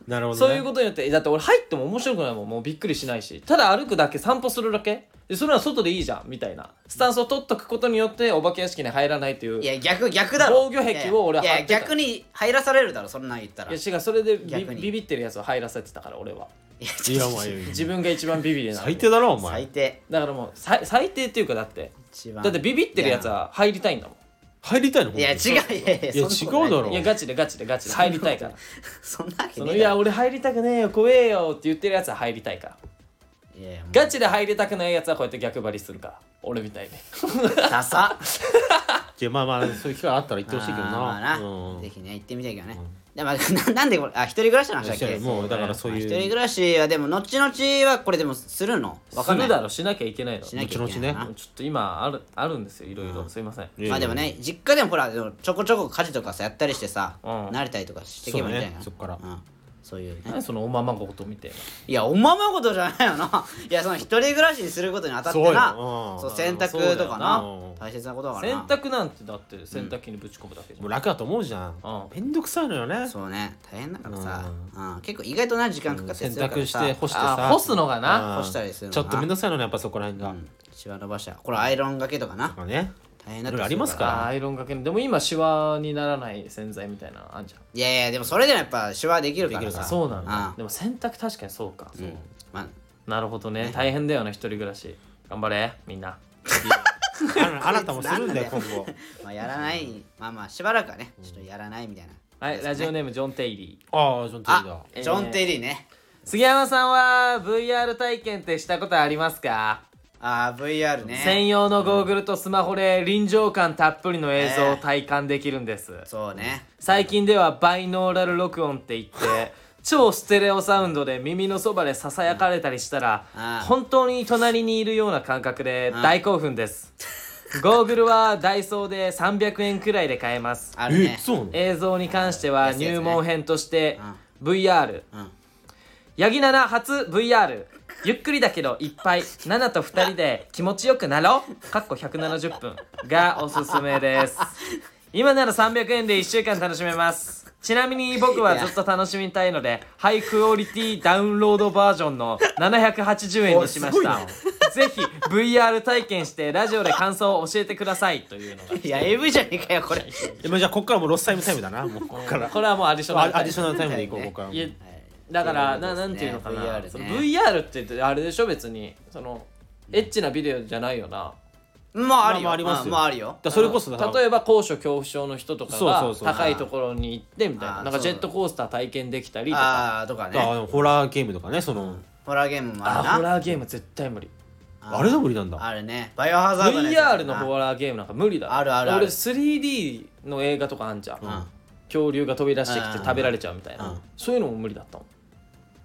S3: なるほど
S2: そ
S3: ね
S2: ういうことによってだって俺入っても面白くないもんもうびっくりしないしただ歩くだけ散歩するだけでそれは外でいいじゃんみたいなスタンスを取っとくことによってお化け屋敷に入らないという
S1: いや逆逆だろ
S2: 防御壁を俺はい
S1: やい
S2: 張
S1: や
S2: ってた
S1: 逆に入らされるだろそんなん言ったら
S2: いや違うそれでビ
S1: 逆に
S2: ビビってるやつを入らせてたから俺はい
S1: や
S3: いやお前
S2: 自分が一番ビビりなの
S3: 最低だろお
S1: 最
S3: 前
S1: 低
S2: だからもう最最低っていうかだって
S1: 一番
S2: だってビビってるやつは入りたいんだも
S3: 入りたいの
S1: いや違ういやいや
S3: いや
S1: そんなことない
S3: 違うだろ
S2: んいやガチでガチでガチで入りたいから
S1: そんなわけ
S2: そ
S1: ね
S2: の
S1: え
S2: い
S1: だ
S2: や
S1: ろ
S2: 俺入りたくねえよ怖えよって言ってるやつは入りたいから
S1: いやいやもう
S2: ガチで入りたくないやつはこうやって逆張りするから俺みたいに
S1: ダサ
S3: いやまあまあそういう機会あったら行ってほしいけど
S1: まあ
S3: な
S1: まあ
S3: うん
S1: ぜ
S3: い
S1: ひね行ってみたいけどね
S3: うん
S1: でまあ ななんでこれあ一人暮らしの話
S3: や
S1: だっ
S3: そう
S1: け
S3: やもうだからそう
S1: まあ一
S3: い
S1: 人暮
S3: う
S1: らしはでも後々はこれでもするのわか
S2: す
S1: んな
S2: る
S1: い
S2: だろしなきゃいけないの
S1: しなきゃいけ
S3: 後
S1: ない
S3: 々
S1: な
S3: ね
S2: ちょっと今あるあるんですよいろいろすいません
S3: いや
S1: ま
S3: いや
S1: あでもね実家でもほらでもちょこちょこ家事とかさやったりしてさ、
S2: うん
S1: 慣れたりとかしていけばいいんじゃないかな
S3: そうねそっから
S1: うん、そういうね
S2: 何そのおままごとみたいない
S1: やおままごとじゃないよないやその 一人暮らしにすることにあたってな
S3: そうようん
S1: そう洗濯とかな
S3: そうだよな
S1: 大切なことだから
S2: 洗
S1: な
S2: 濯なんてだって洗濯機にぶち込むだけじゃ
S3: もうん楽だと思うじゃ
S2: うん
S3: んめんどくさいのよね
S1: そうね大変だからさ、うん、結構意外とな時間かかって
S3: 洗
S1: するから
S3: 濯して
S1: さ
S3: 干して
S2: あ
S3: さ
S2: 干すのがな
S3: うん
S1: 干したりするの
S3: ち
S1: な
S3: ょっとめんどくさいのねやっぱそこら辺が
S1: うんシワ伸ばしたこれアイロンがけとか
S3: と
S1: な
S3: か ね
S1: 大変だった
S3: いろいろありますから
S2: あーアイロンかけるでも今シワにならない洗剤みたいなのあんじゃ
S1: いやいやでもそれでもやっぱシワできるからさ
S2: んそうなん
S1: あ
S2: だ
S1: あ
S2: でも洗濯確かにそうか
S1: うんまあ
S2: なるほどね大変だよな一人暮らし頑張れみんな
S3: あのあなたもするんだよ 今後
S1: まあやらないまあまあしばらくはねちょっとやらないみたいな
S2: はいラジオネームジョン・テイリー
S3: ああジョン・テリーだ
S1: あジョン・テリーね
S2: 杉山さんは VR 体験ってしたことありますか
S1: あー VR
S2: 専
S1: ね
S2: 用のゴーグルとスマホで臨場感たっぷりの映像を体感できるんです、
S1: そうね
S2: 最近ではバイノーラル録音って言って超ステレオサウンドで耳のそばでささやかれたりしたら
S1: ああ
S2: 本当に隣にいるような感覚で大興奮ですゴーグルはダイソーで300円くらいで買えます
S1: ある
S3: え
S1: ね
S3: そうなの
S2: 映像に関しては
S1: 安いやつね
S2: 入門編として VR
S1: うん
S2: ヤギナナ初 VR ゆっくりだけどいっぱい7と2人で気持ちよくなろうかっこ170分がおすすめです今なら300円で1週間楽しめますちなみに僕はずっと楽しみたいのでハイクオリティダウンロードバージョンの780円にしま
S3: おいすご
S2: し
S3: い
S2: た
S3: な
S2: ぜひ VR 体験してラジオで感想を教えてくださいというのが
S1: いや AV じゃねえかよこれ
S3: えまあじゃあこっからもうロスタイムタイ ムだなもうこっから
S2: これはもうアディショナル
S3: あアディショナルタイムでいこうこっからも
S2: いやだからな
S1: そういうことですね
S2: なんていうのかな
S1: VR ね
S2: その VR って言ってあれでしょ別にそのエッチなビデオじゃないよな
S1: まああるよ
S3: まあまあありますよ
S1: まああるよ
S3: だそれこそだから
S2: 例えば高所恐怖症の人とか
S3: そうそ
S2: が
S3: うそう
S2: 高いところに行ってみたい
S1: あ
S2: な
S1: ー
S2: なんかジェットコースター体験できたりとか
S1: ああとか
S3: あ
S1: ね
S3: でもホラーゲームとかねその
S1: ホラーゲームも
S2: あ
S1: あ
S2: ーホ
S1: るな
S2: ラーゲーム絶対無理
S3: あれでも無理なんだ
S1: あるねバイオハザードやつだ
S2: VR のホラーゲームなんか無理だ
S1: あるあるある
S2: 俺 3D の映画とかあんじゃん、
S1: ん
S2: 恐竜が飛び出してきて
S1: うん
S2: 食べられちゃうみたいな、
S1: うん
S2: そういうのも無理だったもん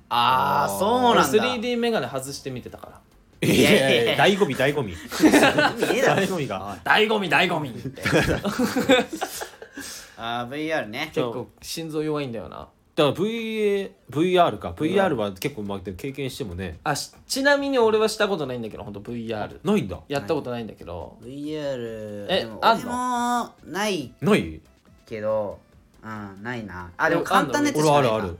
S1: ああそうなんだ
S2: 3D メガネ外して見てたから
S3: い
S1: やいや
S3: や
S1: いや
S3: いや醍醐味醍醐味
S1: 見えだろ
S3: 醍醐味が
S2: 醍醐味醍醐味って結
S1: あー VR ね
S2: 構心臓弱いんだよな
S3: だから VA VR か VR は結構まあでも経験してもね
S2: あしちなみに俺はしたことないんだけど本当 VR
S3: ないんだ
S2: やったことないんだけど
S1: VR
S2: え
S1: でも
S2: あ
S1: 俺もない
S3: ない
S1: けどうんないなあでも
S2: でもあ
S1: 簡
S2: んの
S1: 単なやつし
S3: 俺は
S1: か
S3: あ
S1: ないな
S3: るある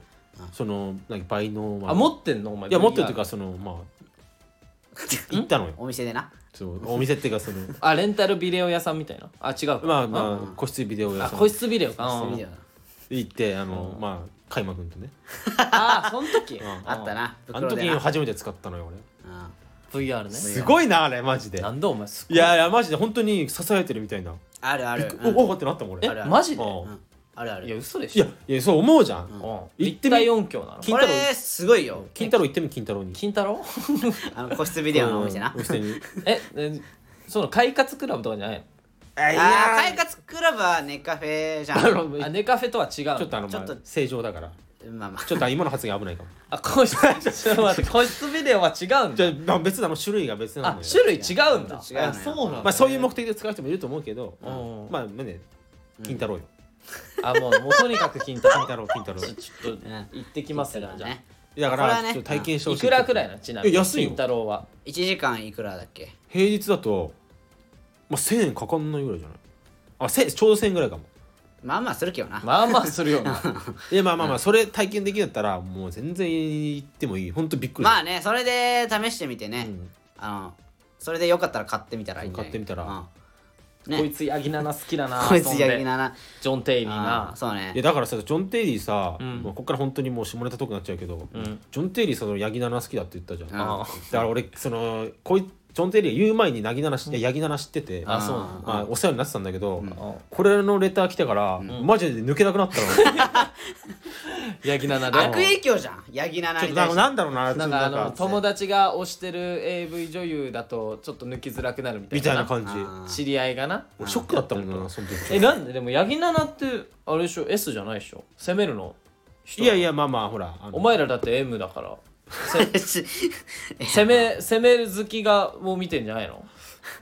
S3: その何倍能
S2: あ持ってんのお前
S3: いや持ってるという
S2: VR
S3: かそのまあ行ったのよ
S1: お店でな
S3: そうお店っていうかその
S2: あレンタルビデオ屋さんみたいなあ違うか
S3: まあまあ個室ビデオ屋
S2: あ
S3: さん
S2: 個室ビデオかうん
S1: 見てよ
S3: 行ってあのまあ開幕とね
S2: ああその時
S1: あったな
S3: あの
S1: 袋
S3: 時
S1: でな
S3: 初めて使ったのよ俺
S2: VR ね
S3: すごいなあれマジで
S2: なんだお前すご
S3: いやいやマジで本当に支えてるみたいな
S1: あるあるうん
S3: おおってなったもん俺
S2: え
S3: うん
S1: るある
S2: マジで
S3: い
S1: あるある
S2: いや嘘でしょ
S3: やいやそう思うじゃん
S2: うん
S3: 行って
S2: 立
S3: み
S2: 体音響なの
S3: 金
S1: こ
S3: 太郎
S1: れすごいよ
S3: 金太郎行ってみ金太郎に
S2: 金太 郎
S1: あの個室ビデオのお店な
S3: うんお店に
S2: ええその快活クラブとかじゃない
S1: あー快活クラブはネカフェじゃん
S3: あの
S2: のあネカフェとは違うの
S3: ちょっとあの
S1: ちょ
S3: ま
S1: っ
S3: あ
S1: と
S3: 正常だから
S1: まあまあ
S3: ちょっと今の発言危ないかも
S2: あ個 室ちょっと待って個室ビデオは違うん
S3: じ
S2: だ
S3: ゃあまあ別なの種類が別なの
S2: あ
S3: よ
S2: 種類違うんだ
S1: 違うのよ
S2: あそうなんだ
S3: まあそういう目的で使う人もいると思うけど
S2: うん
S3: まあまあね金太郎よ
S2: あもうもうとにかく金太
S3: 金
S2: 郎
S3: 太郎金太郎
S2: ちょっと行ってきますよじゃあ
S1: ね
S3: だか
S1: これは
S3: ら
S1: ね
S3: ちょっと体験してほ
S2: い
S3: しい
S2: くらくらいなちなみに
S3: いや安いよ
S2: 金太郎は
S1: 1時間いくらだっけ
S3: 平日だとまあ1000円かかんないぐらいじゃないあせちょうど1000円ぐらいかも
S1: まあまあするけどな
S2: まあまあするよな
S3: いやまあまあまあそれ体験できるんだったらもう全然行ってもいいほんとびっくり
S1: まあねそれで試してみてね
S3: うん
S1: あのそれでよかったら買ってみたらいいんじゃない
S3: 買ってみたら
S1: うん
S2: こい
S1: ね
S2: つヤギナナ好きだな
S1: こいつ
S2: 遊んで
S1: やぎなな
S2: ジョン・テイリー
S1: あ
S2: な
S1: ーそう
S3: いや
S1: ね
S3: だからさジョン・テイリーさ、
S2: うん
S3: まあこっから本当にもう下ネタとくなっちゃうけど、
S2: うん
S3: ジョン・テイリーそのヤギナナ好きだって言ったじゃん、
S1: あ
S3: だから俺そのこいジョン・テイリーが言う前にナギナナ知って、ヤギナナ知ってて
S2: あそうなん
S3: まあ、お世話になってたんだけど、
S2: うん
S3: これのレター来てから、マジで抜けなくなった の
S2: ヤギナナで
S1: 悪影響じゃんヤギなな
S3: ちょっ
S1: に
S3: とな
S1: 対
S3: ん
S1: して
S3: かなんだろうな
S2: なんかあの友達が推してる AV 女優だとちょっと抜きづらくなるみたい
S3: み
S2: な
S3: たいな感じ
S1: あ
S2: 知り合いがな
S3: 俺ショックだったもんなその時
S2: えなんででもヤギナナってあれでしょ S じゃないでしょ攻めるの人
S3: いやいやまあまあほらあの
S2: お前らだって M だから
S1: し
S2: 攻め攻める好きがもう見てんじゃな いの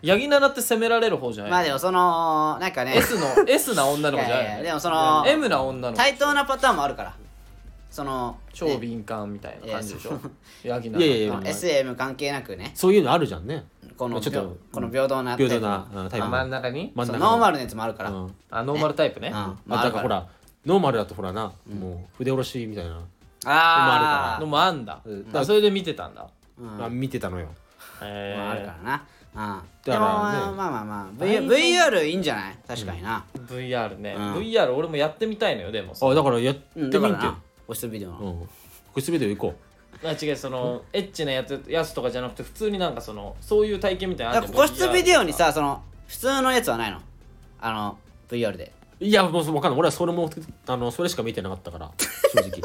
S2: ヤギナナって攻められる方じゃない の、
S1: まあでもそのなんかね
S2: S の S な女の子じゃな
S1: い
S2: いの
S1: やいやでもその
S2: M な女の子
S1: 対等なパターンもあるからその
S2: 超
S1: ね
S2: 敏感みたいな感じでしょヤギナ
S3: い
S2: ナ
S3: やいやい
S1: そ
S3: や
S1: の SM 関係なくね
S3: そういうのあるじゃんね
S1: この
S3: ちょっ
S1: 平
S3: と
S1: この平等な
S3: 平等なうんタイ
S1: あ
S3: プ
S2: 真ん中に
S3: 真ん
S1: そう
S3: 中
S1: ノーマルのやつもあるから
S3: うん
S2: あノーマルタイプね、
S1: うん
S3: あ、だからほ
S1: ある
S3: らノーマルだとほらな、もう筆下ろしみたいな、
S1: あ
S2: の
S1: ー
S2: もあんだ、
S3: うん
S2: あそれで見てたんだ
S3: まあ、見てたのよ
S2: へ
S1: まああるからなあで
S3: だ
S1: も
S3: からね
S1: まあまあまあ V- VR いいんじゃない確かにな
S2: VR ね、
S1: うん
S2: VR 俺もやってみたいのよでも
S3: あだからやって
S1: う
S3: み
S1: んだ
S3: て、う
S1: か
S3: ん
S1: らな個室ビデオの
S3: これ全て行こ
S2: あ違うそのエッチなやつやつとかじゃなくて普通になんかそのそういう体験みたいなのあ
S1: だ
S2: る
S1: か
S2: じ
S1: ら
S2: ゃん
S1: 個室
S2: VR
S1: ビデオにさその普通のやつはないのあの VR で
S3: ういやもう分かんない俺はそれもあのそれしか見てなかったから正直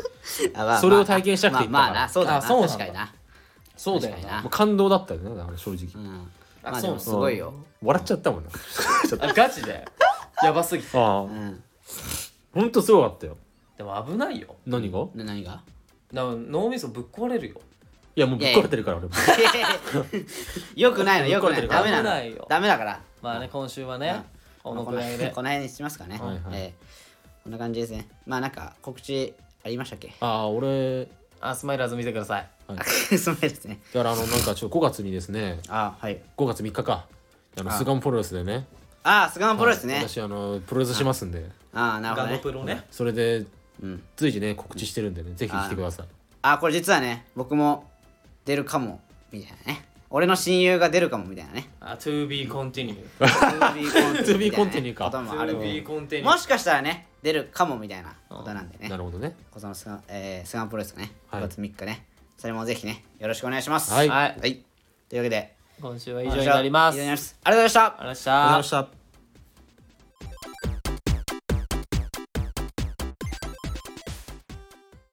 S1: あまあ
S3: それを体験したくて行ったから
S1: まあまあなそうだ
S2: あ
S1: な
S2: そうなんだ
S1: 確かにな
S2: そうだよ
S1: 確か
S2: な
S1: に
S3: もう感動だったよねだから正直、
S1: うん
S2: あ
S1: まあで
S2: そうな
S1: も
S2: の
S1: すごいよ
S3: 笑っちゃったもんなちょっと
S2: あガチでやばすぎて
S3: あ
S1: う
S3: あ
S1: ん
S3: ほんとすごかったよ
S2: でも危ないよ
S3: 何が
S1: で何が
S2: な脳みそぶっ壊れるよ
S3: いやもうぶっ壊れてるから俺も
S1: いやいやよくないのよくないのダメな
S2: 危ない
S1: の
S2: よ
S1: ダメだから
S2: まあね今週はねこの
S1: まあ
S2: くらいで
S1: この辺にしますかね、
S3: はいはい
S1: えーこんな感じですねまあなんか告知ありましたっけ
S3: ああ俺
S2: あスマイラーズ見てください
S1: あその辺ですね
S3: だからあのなんかちょっと5月にですね
S1: あはい
S3: 5月3日かあのスガンプロレスでね
S1: あー菅野プロですね、
S3: 私あのプロレスしますんで
S1: ああなるほ
S2: ガ
S1: ど
S2: ノ
S1: ね
S2: プロね
S3: それで
S1: うん
S3: 随時ね告知してるんでねぜひ来てください
S1: あーこれ実はね僕も出るかもみたいなね俺の親友が出るかもみたいなね
S2: あ To be continue
S1: To
S3: be continue か
S1: こともあ
S2: To
S1: る
S2: be continue
S1: もしかしたらね出るかもみたいなことなんでね
S3: なるほどね
S1: このスガ,、えー、スガンプロレスね
S3: はい
S1: 5月3日ね、それもぜひねよろしくお願いします
S3: はい
S2: はい
S1: はいというわけで
S2: 今週は以上になります
S1: 以
S2: あ
S1: 上
S2: り
S1: になりま
S2: が
S1: すありがとうございました
S2: とうございまし
S3: ありがとうござい
S2: た
S3: ました